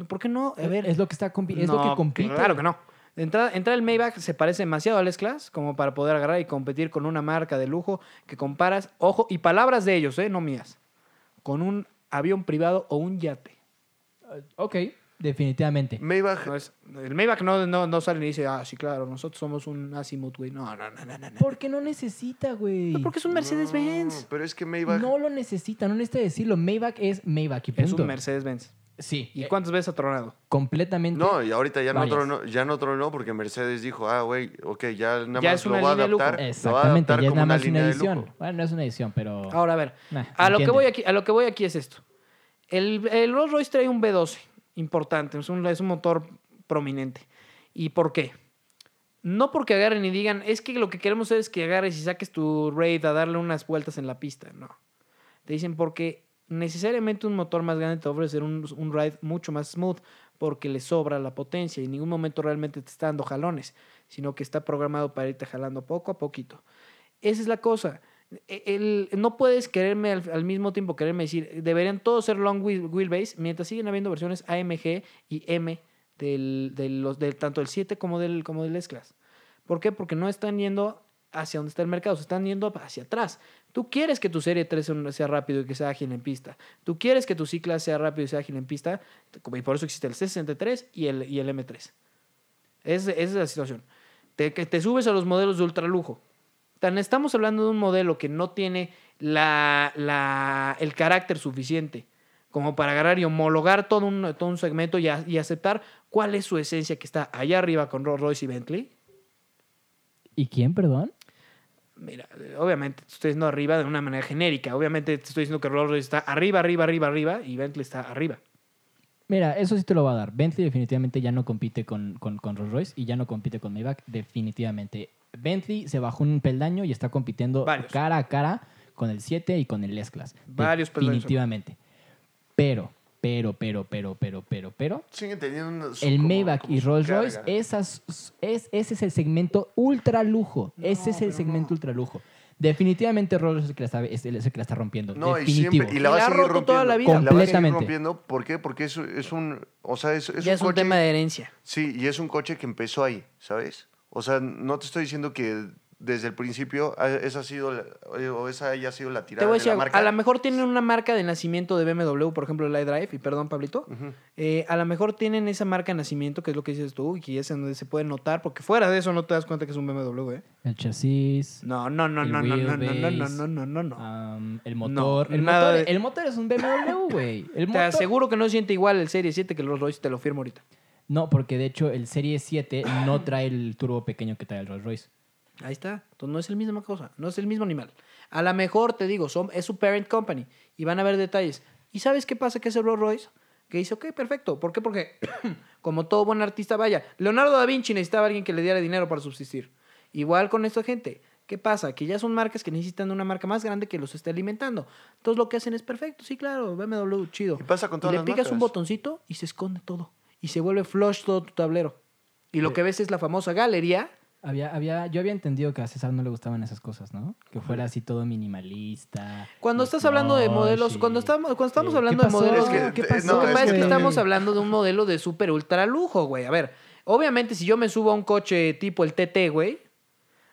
¿por qué no? A ver, es lo que está compi- es lo No, que compite. Claro que no. Entrar, entrar el Maybach se parece demasiado al S-Class como para poder agarrar y competir con una marca de lujo que comparas, ojo, y palabras de ellos, ¿eh? no mías, con un avión privado o un yate. Ok, definitivamente. Maybach, No es- el Maybach no, no, no sale ni dice, ah, sí, claro, nosotros somos un Asimut, güey. No, no, no, no, no. no. Porque no necesita, güey. No, porque es un Mercedes-Benz. No, pero es que Maybach. No lo necesita, no necesita decirlo. Maybach es Maybach y Es punto. un Mercedes-Benz. Sí, ¿Y eh, cuántas veces ha tronado? completamente. No, y ahorita <laughs> ya no, Varias. tronó, ya no tronó porque Mercedes dijo, ah, güey, ok, ya nada Ya más es lo una va a línea de lujo. adaptar. Lo va a Exactamente, adaptar ya es como nada una más línea una de lujo. edición. Bueno, no es una edición, pero. Ahora, a ver, Nah, a, lo que entiende. voy aquí, a lo que voy aquí es esto. El, el Rolls Royce trae un V12 importante, es un, es un motor prominente. ¿Y por qué? No porque agarren y digan, es que lo que queremos hacer es que agarres y saques tu raid a darle unas vueltas en la pista. No. Te dicen porque necesariamente un motor más grande te va a ofrecer un, un ride mucho más smooth porque le sobra la potencia y en ningún momento realmente te está dando jalones, sino que está programado para irte jalando poco a poquito. Esa es la cosa. E- el- no puedes quererme al, al mismo tiempo quererme decir, deberían todos ser long wheel- wheelbase, mientras siguen habiendo versiones AMG y M del, de los, del, tanto del 7 como del, como del S-Class. ¿Por qué? Porque no están yendo hacia donde está el mercado, se están yendo hacia atrás. Tú quieres que tu Serie 3 sea- sea rápido y que sea ágil en pista. Tú quieres que tu C-Class sea rápido y sea ágil en pista. Y por eso existe el C63 y el, y el M3. Es, esa es la situación. Te, que te subes a los modelos de ultralujo. Tan estamos hablando de un modelo que no tiene la, la- el carácter suficiente como para agarrar y homologar todo un, todo un segmento y, a- y aceptar cuál es su esencia que está allá arriba con Rolls Royce y Bentley. ¿Y quién, perdón? Mira, eh, obviamente te estoy diciendo arriba de una manera genérica. Obviamente te estoy diciendo que Rolls Royce está arriba, arriba, arriba, arriba y Bentley está arriba. Mira, eso sí te lo va a dar. Bentley definitivamente ya no compite con, con, con Rolls Royce y ya no compite con Maybach, definitivamente. Bentley se bajó un peldaño y está compitiendo Varios. cara a cara con el 7 y con el S-Class. Varios peldaños. Definitivamente. Pero, pero, pero, pero, pero, pero, pero. Siguen teniendo una- su- El como- Maybach como y su Rolls carga. Royce, esas, es, ese es el segmento ultra lujo. ese es el pero segmento no. ultra lujo. Definitivamente Rolls Royce es el que la, sabe- es el, es el que la está rompiendo. No, y Definitivo. siempre. Y la Y va la a ha seguir roto rompiendo. toda la vida. La va a seguir Completamente. rompiendo. ¿Por qué? Porque es, es un. O sea, es, es ya un es un coche- tema de herencia. Sí, y es un coche que empezó ahí, ¿sabes? O sea, no te estoy diciendo que desde el principio ah, esa, ha sido la- o esa haya sido la tirada Te voy a de decir, la algo. marca. a lo mejor tienen una marca de nacimiento de BMW, por ejemplo, el iDrive, y perdón, Pablito, eh, a lo mejor tienen esa marca de nacimiento, que es lo que dices tú, y que es en donde se puede notar, porque fuera de eso no te das cuenta que es un BMW, ¿eh? El chasis. No, no, no, El no, no, no, no, no, no, wheelbase. no, no, no, no. am, el motor. No, el, nada motor de- el motor es <laughs> un BMW, güey. El Te motor- aseguro que no se siente igual el Serie 7 que el Rolls Royce, te lo firmo ahorita. No, porque de hecho el Serie 7 no trae el turbo pequeño que trae el Rolls Royce. Ahí está. Entonces no es la misma cosa, no es el mismo animal. A lo mejor, te digo, son, es su parent company y van a ver detalles. ¿Y sabes qué pasa que ese Rolls Royce? Que dice, ok, perfecto. ¿Por qué? Porque <clears throat> como todo buen artista, vaya, Leonardo da Vinci necesitaba a alguien que le diera dinero para subsistir. Igual con esta gente. ¿Qué pasa? Que ya son marcas que necesitan de una marca más grande que los esté alimentando. Entonces lo que hacen es perfecto, sí, claro, BMW, chido. Y pasa con todas le las picas un marcas. botoncito y se esconde todo. Y se vuelve flush todo tu tablero. Y lo que ves es la famosa galería Había, había, yo había entendido que a César no le gustaban esas cosas, ¿no? Que fuera así todo minimalista. Cuando y estás hablando de plush modelos, y- cuando estamos, cuando estamos ¿Qué hablando de pasó? modelos, Es que- ¿Qué eh, pasó, lo no, que pasa es que güey? estamos hablando de un modelo de super ultra lujo, güey. A ver, obviamente si yo me subo a un coche tipo el TT, güey,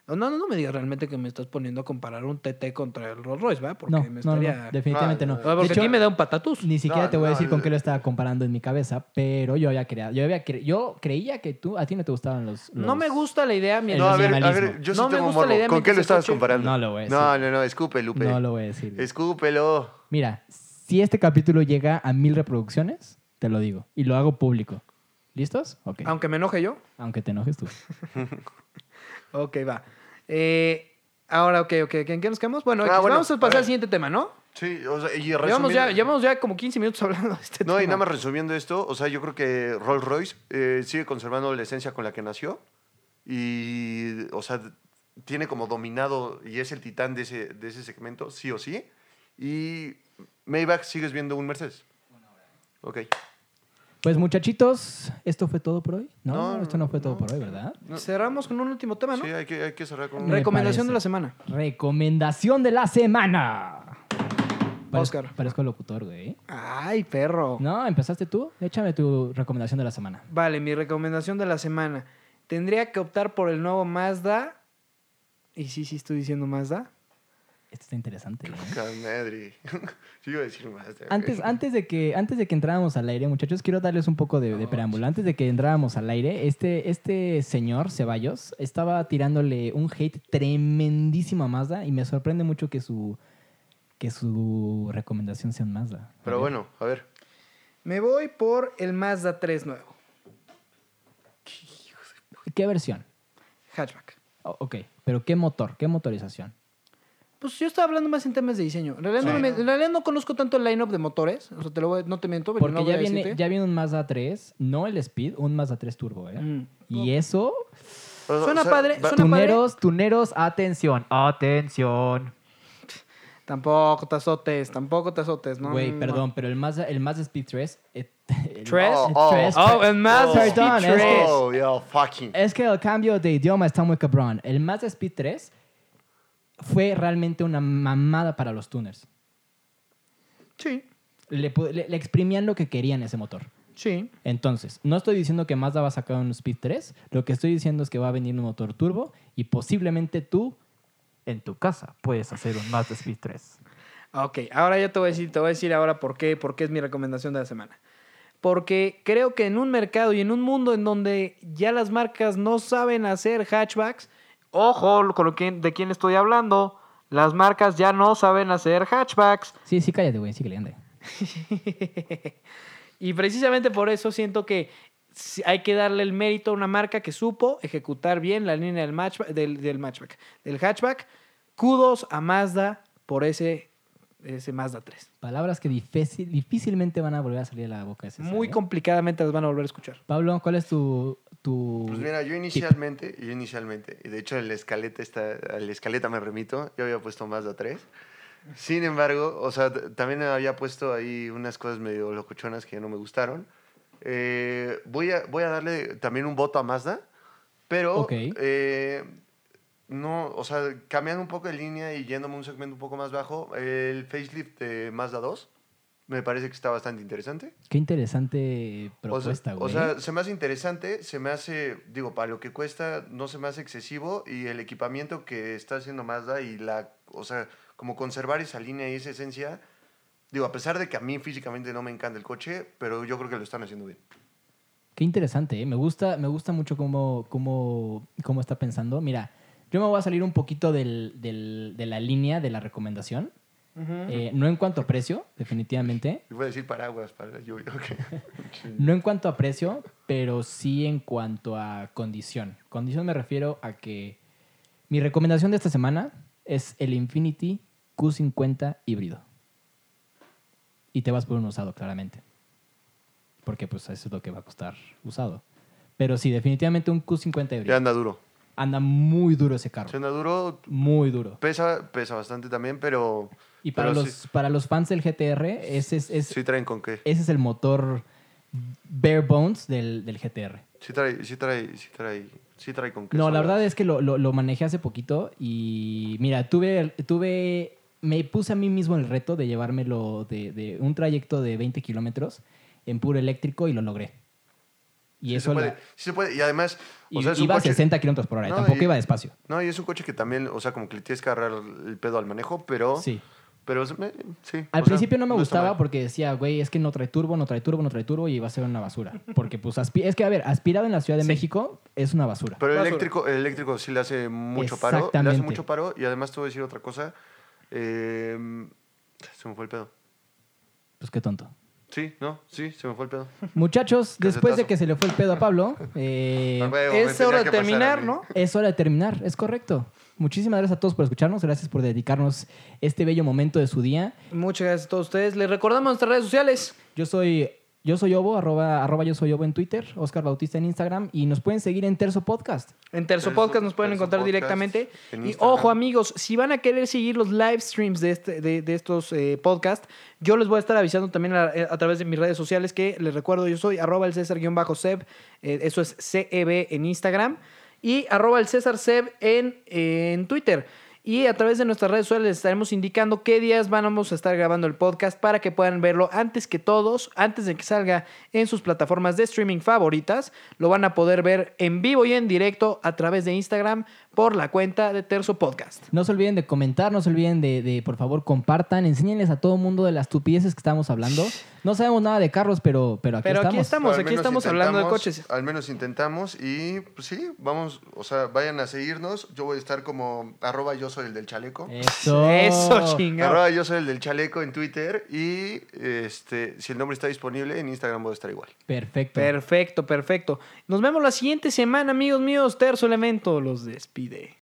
no, no, no me digas realmente que me estás poniendo a comparar un TT contra el Rolls Royce, ¿va? Porque No, me no, no, estaría... definitivamente Ah, no. ya, Ah, Porque De hecho, aquí me da un patatus. Ni siquiera No, te voy a no, decir el- con qué lo estaba comparando en mi cabeza, pero yo había creado, yo había cre- yo creía que tú, a ti no te gustaban los... No los- me gusta la idea, mira. El No, a ver, a minimalismo. ver, yo sí No me tengo gusta la morbo. idea ¿Con qué mientras lo estabas escuche- comparando? No lo voy a No, decir. no, no, escupe, Lupe. No lo voy a decir. güey. Escúpelo. Mira, si este capítulo llega a mil reproducciones, te lo digo. Y lo hago público. ¿Listos? Ok. Aunque, Aunque me enoje yo. te enojes tú. Ok, va. Eh, ahora, ok, ok. ¿En qué nos quedamos? Bueno, Ah, X, bueno, vamos a a pasar ver. al siguiente tema, ¿no? Sí, o sea, y Llevamos ya, resumiendo- llevamos ya como 15 minutos hablando de este tema. No, y nada más resumiendo esto, o sea, yo creo que Rolls Royce eh, sigue conservando la esencia con la que nació y, o sea, tiene como dominado y es el titán de ese, de ese segmento, sí o sí. Y Maybach sigues viendo un Mercedes. Ok. Pues muchachitos, esto fue todo por hoy. No, No, esto no fue todo no. por hoy, ¿verdad? No. Cerramos con un último tema, ¿no? Sí, hay que, hay que cerrar con un- Me Recomendación parece. de la semana. Recomendación de la semana. Parezco- Oscar. Parezco locutor, güey. Ay, perro. No, empezaste tú. Échame tu recomendación de la semana. Vale, mi recomendación de la semana. Tendría que optar por el nuevo Mazda. Y sí, sí estoy diciendo Mazda. Esto está interesante. ¿eh? güey. Camedri. <laughs> Sí, iba a decir más. eh. de- Antes, antes, de que, antes de que entráramos al aire, muchachos, quiero darles un poco de, de preámbulo. Antes de que entráramos al aire, este, este señor, Ceballos, estaba tirándole un hate tremendísimo a Mazda y me sorprende mucho que su, que su recomendación sea un Mazda. Pero A ver. bueno, a ver. Me voy por el Mazda 3 nuevo. ¿Qué versión? Hatchback. O- ok, pero ¿qué motor? ¿Qué motorización? Pues yo estaba hablando más en temas de diseño. En realidad, no, me- en realidad no conozco tanto el lineup de motores. O sea, te lo voy- no te miento, pero Porque no voy ya, a viene, decirte. ya viene un Mazda 3, no el Speed, un Mazda 3 Turbo, ¿eh? Mm. Y eso, O- o Suena padre, va- suena- tuneros, tuneros, atención, atención. Tampoco te azotes, tampoco te azotes, ¿no? Güey, no, no. perdón, pero el Mazda, el Mazda Speed 3... eh, el- Tres. Oh, oh, Tres, Oh, el Mazda Oh. Perdón, Speed es que- 3. Oh, yo, fucking. Es que el cambio de idioma está muy cabrón. El Mazda Speed 3 fue realmente una mamada para los tuners. Sí, Le, pu- le- le exprimían lo que querían ese motor. sí. Entonces, no estoy diciendo que Mazda va a sacar un Speed 3. Lo que estoy diciendo es que va a venir un motor turbo y posiblemente tú, en tu casa, puedes hacer un Mazda Speed 3. Ah, Ok, ahora yo te voy a decir, te voy a decir ahora por qué, por qué es mi recomendación de la semana. Porque creo que en un mercado y en un mundo en donde ya las marcas no saben hacer hatchbacks, ojo con lo que, de quién estoy hablando, las marcas ya no saben hacer hatchbacks. Sí, sí, cállate, güey. Sí que le ande. <laughs> y precisamente por eso siento que sí hay que darle el mérito a una marca que supo ejecutar bien la línea del matchback, del, del matchback, del hatchback. Kudos a Mazda por ese, ese Mazda 3. Palabras que difícil- difícilmente van a volver a salir de la boca. de César, Muy ¿eh? complicadamente las van a volver a escuchar. Pablo, ¿cuál es tu... tu... Pues mira, yo inicialmente, yo inicialmente, y de hecho en la escaleta está, a la escaleta me remito, yo había puesto más de tres. Sin embargo, o sea, t- también había puesto ahí unas cosas medio locochonas que no me gustaron. Eh, voy, a, voy a darle también un voto a Mazda, pero Ok. eh, no, o sea, cambiando un poco de línea y yéndome a un segmento un poco más bajo, el facelift de Mazda 2 me parece que está bastante interesante. Qué interesante O sea- propuesta, güey. O sea, se me hace interesante, se me hace, digo, para lo que cuesta, no se me hace excesivo y el equipamiento que está haciendo Mazda y la, o sea, como conservar esa línea y esa esencia, digo, a pesar de que a mí físicamente no me encanta el coche, pero yo creo que lo están haciendo bien. Qué interesante, ¿eh? me gusta, me gusta mucho cómo, cómo, cómo está pensando. Mira, yo me voy a salir un poquito del- del- de la línea de la recomendación, Eh, no en cuanto a precio, definitivamente, Y voy a decir paraguas para la lluvia, <laughs> ok. no en cuanto a precio, pero sí en cuanto a condición. Condición me refiero a que mi recomendación de esta semana es el Infinity Q50 híbrido. Y te vas por un usado, claramente. Porque pues eso es lo que va a costar usado. Pero sí, definitivamente un Q50 híbrido. Ya anda duro. Anda muy duro ese Se carro. anda duro, Muy duro. pesa, pesa bastante también, pero... Y para, pero los, sí, para los fans del GTR, ese es, es- sí traen con qué. ese es el motor bare bones del, del GTR. Sí trae, sí trae, sí trae, sí trae con qué. No, la sobras. verdad es que lo, lo- lo manejé hace poquito y mira, tuve, tuve, me puse a mí mismo el reto de llevármelo de, de un trayecto de 20 kilómetros en puro eléctrico y lo logré. Y Sí se eso... puede, la- sí se puede, y además... y- o sea, es un iba a coche- 60 kilómetros por hora, y No, tampoco y- iba despacio. No, y es un coche que también, o sea, como que le tienes que agarrar el pedo al manejo, pero. Sí. Pero se me- sí. Al o sea, principio no me está gustaba mal. porque decía, güey, es que no trae turbo, no trae turbo, no trae turbo y va a ser una basura. Porque, pues, aspi- es que, a ver, aspirado en la Ciudad de México es una basura. Pero el Basura. eléctrico, el eléctrico sí le hace mucho paro. Le hace Exactamente. mucho paro. Y además te voy a decir otra cosa. eh, se me fue el pedo. Pues qué tonto. Sí, no, sí, se me fue el pedo. Muchachos, después de Casetazo. que se le fue el pedo a Pablo, eh, Ah, huevo, me es tenía hora que de pasar a terminar, mí. ¿no? es hora de terminar, es correcto. Muchísimas gracias a todos por escucharnos, gracias por dedicarnos este bello momento de su día. Muchas gracias a todos ustedes. Les recordamos nuestras redes sociales. Yo soy Yo soy Obo, arroba, arroba yo soy Obo en Twitter, Oscar Bautista en Instagram y nos pueden seguir en Terzo Podcast. En Terzo Terzo- Podcast nos pueden Terzo encontrar Podcast directamente. en Y Instagram. ojo, amigos, si van a querer seguir los live streams de, este- de, de estos eh, podcasts, yo les voy a estar avisando también a, a través de mis redes sociales que les recuerdo, yo soy arroba el César-Seb, eh, eso es CEB en Instagram, y arroba el César Seb en, en Twitter. Y a través de nuestras redes sociales les estaremos indicando qué días vamos a estar grabando el podcast para que puedan verlo antes que todos, antes de que salga en sus plataformas de streaming favoritas. Lo van a poder ver en vivo y en directo a través de Instagram por la cuenta de Terzo Podcast. No se olviden de comentar, no se olviden de, de, por favor, compartan, enséñenles a todo mundo de las estupideces que estamos hablando. No sabemos nada de carros, pero, pero aquí Pero aquí estamos. estamos, Al aquí menos estamos hablando de intentamos- coches. Al menos intentamos y pues sí, vamos, o sea, vayan a seguirnos. Yo voy a estar como arroba yo soy el del chaleco. Eh, Eso. Eso, chingado. Arroba yo soy el del chaleco en Twitter y este, si el nombre está disponible en Instagram voy a estar igual. Perfecto. Perfecto, perfecto. Nos vemos la siguiente semana, amigos míos. Terzo Elemento los despide.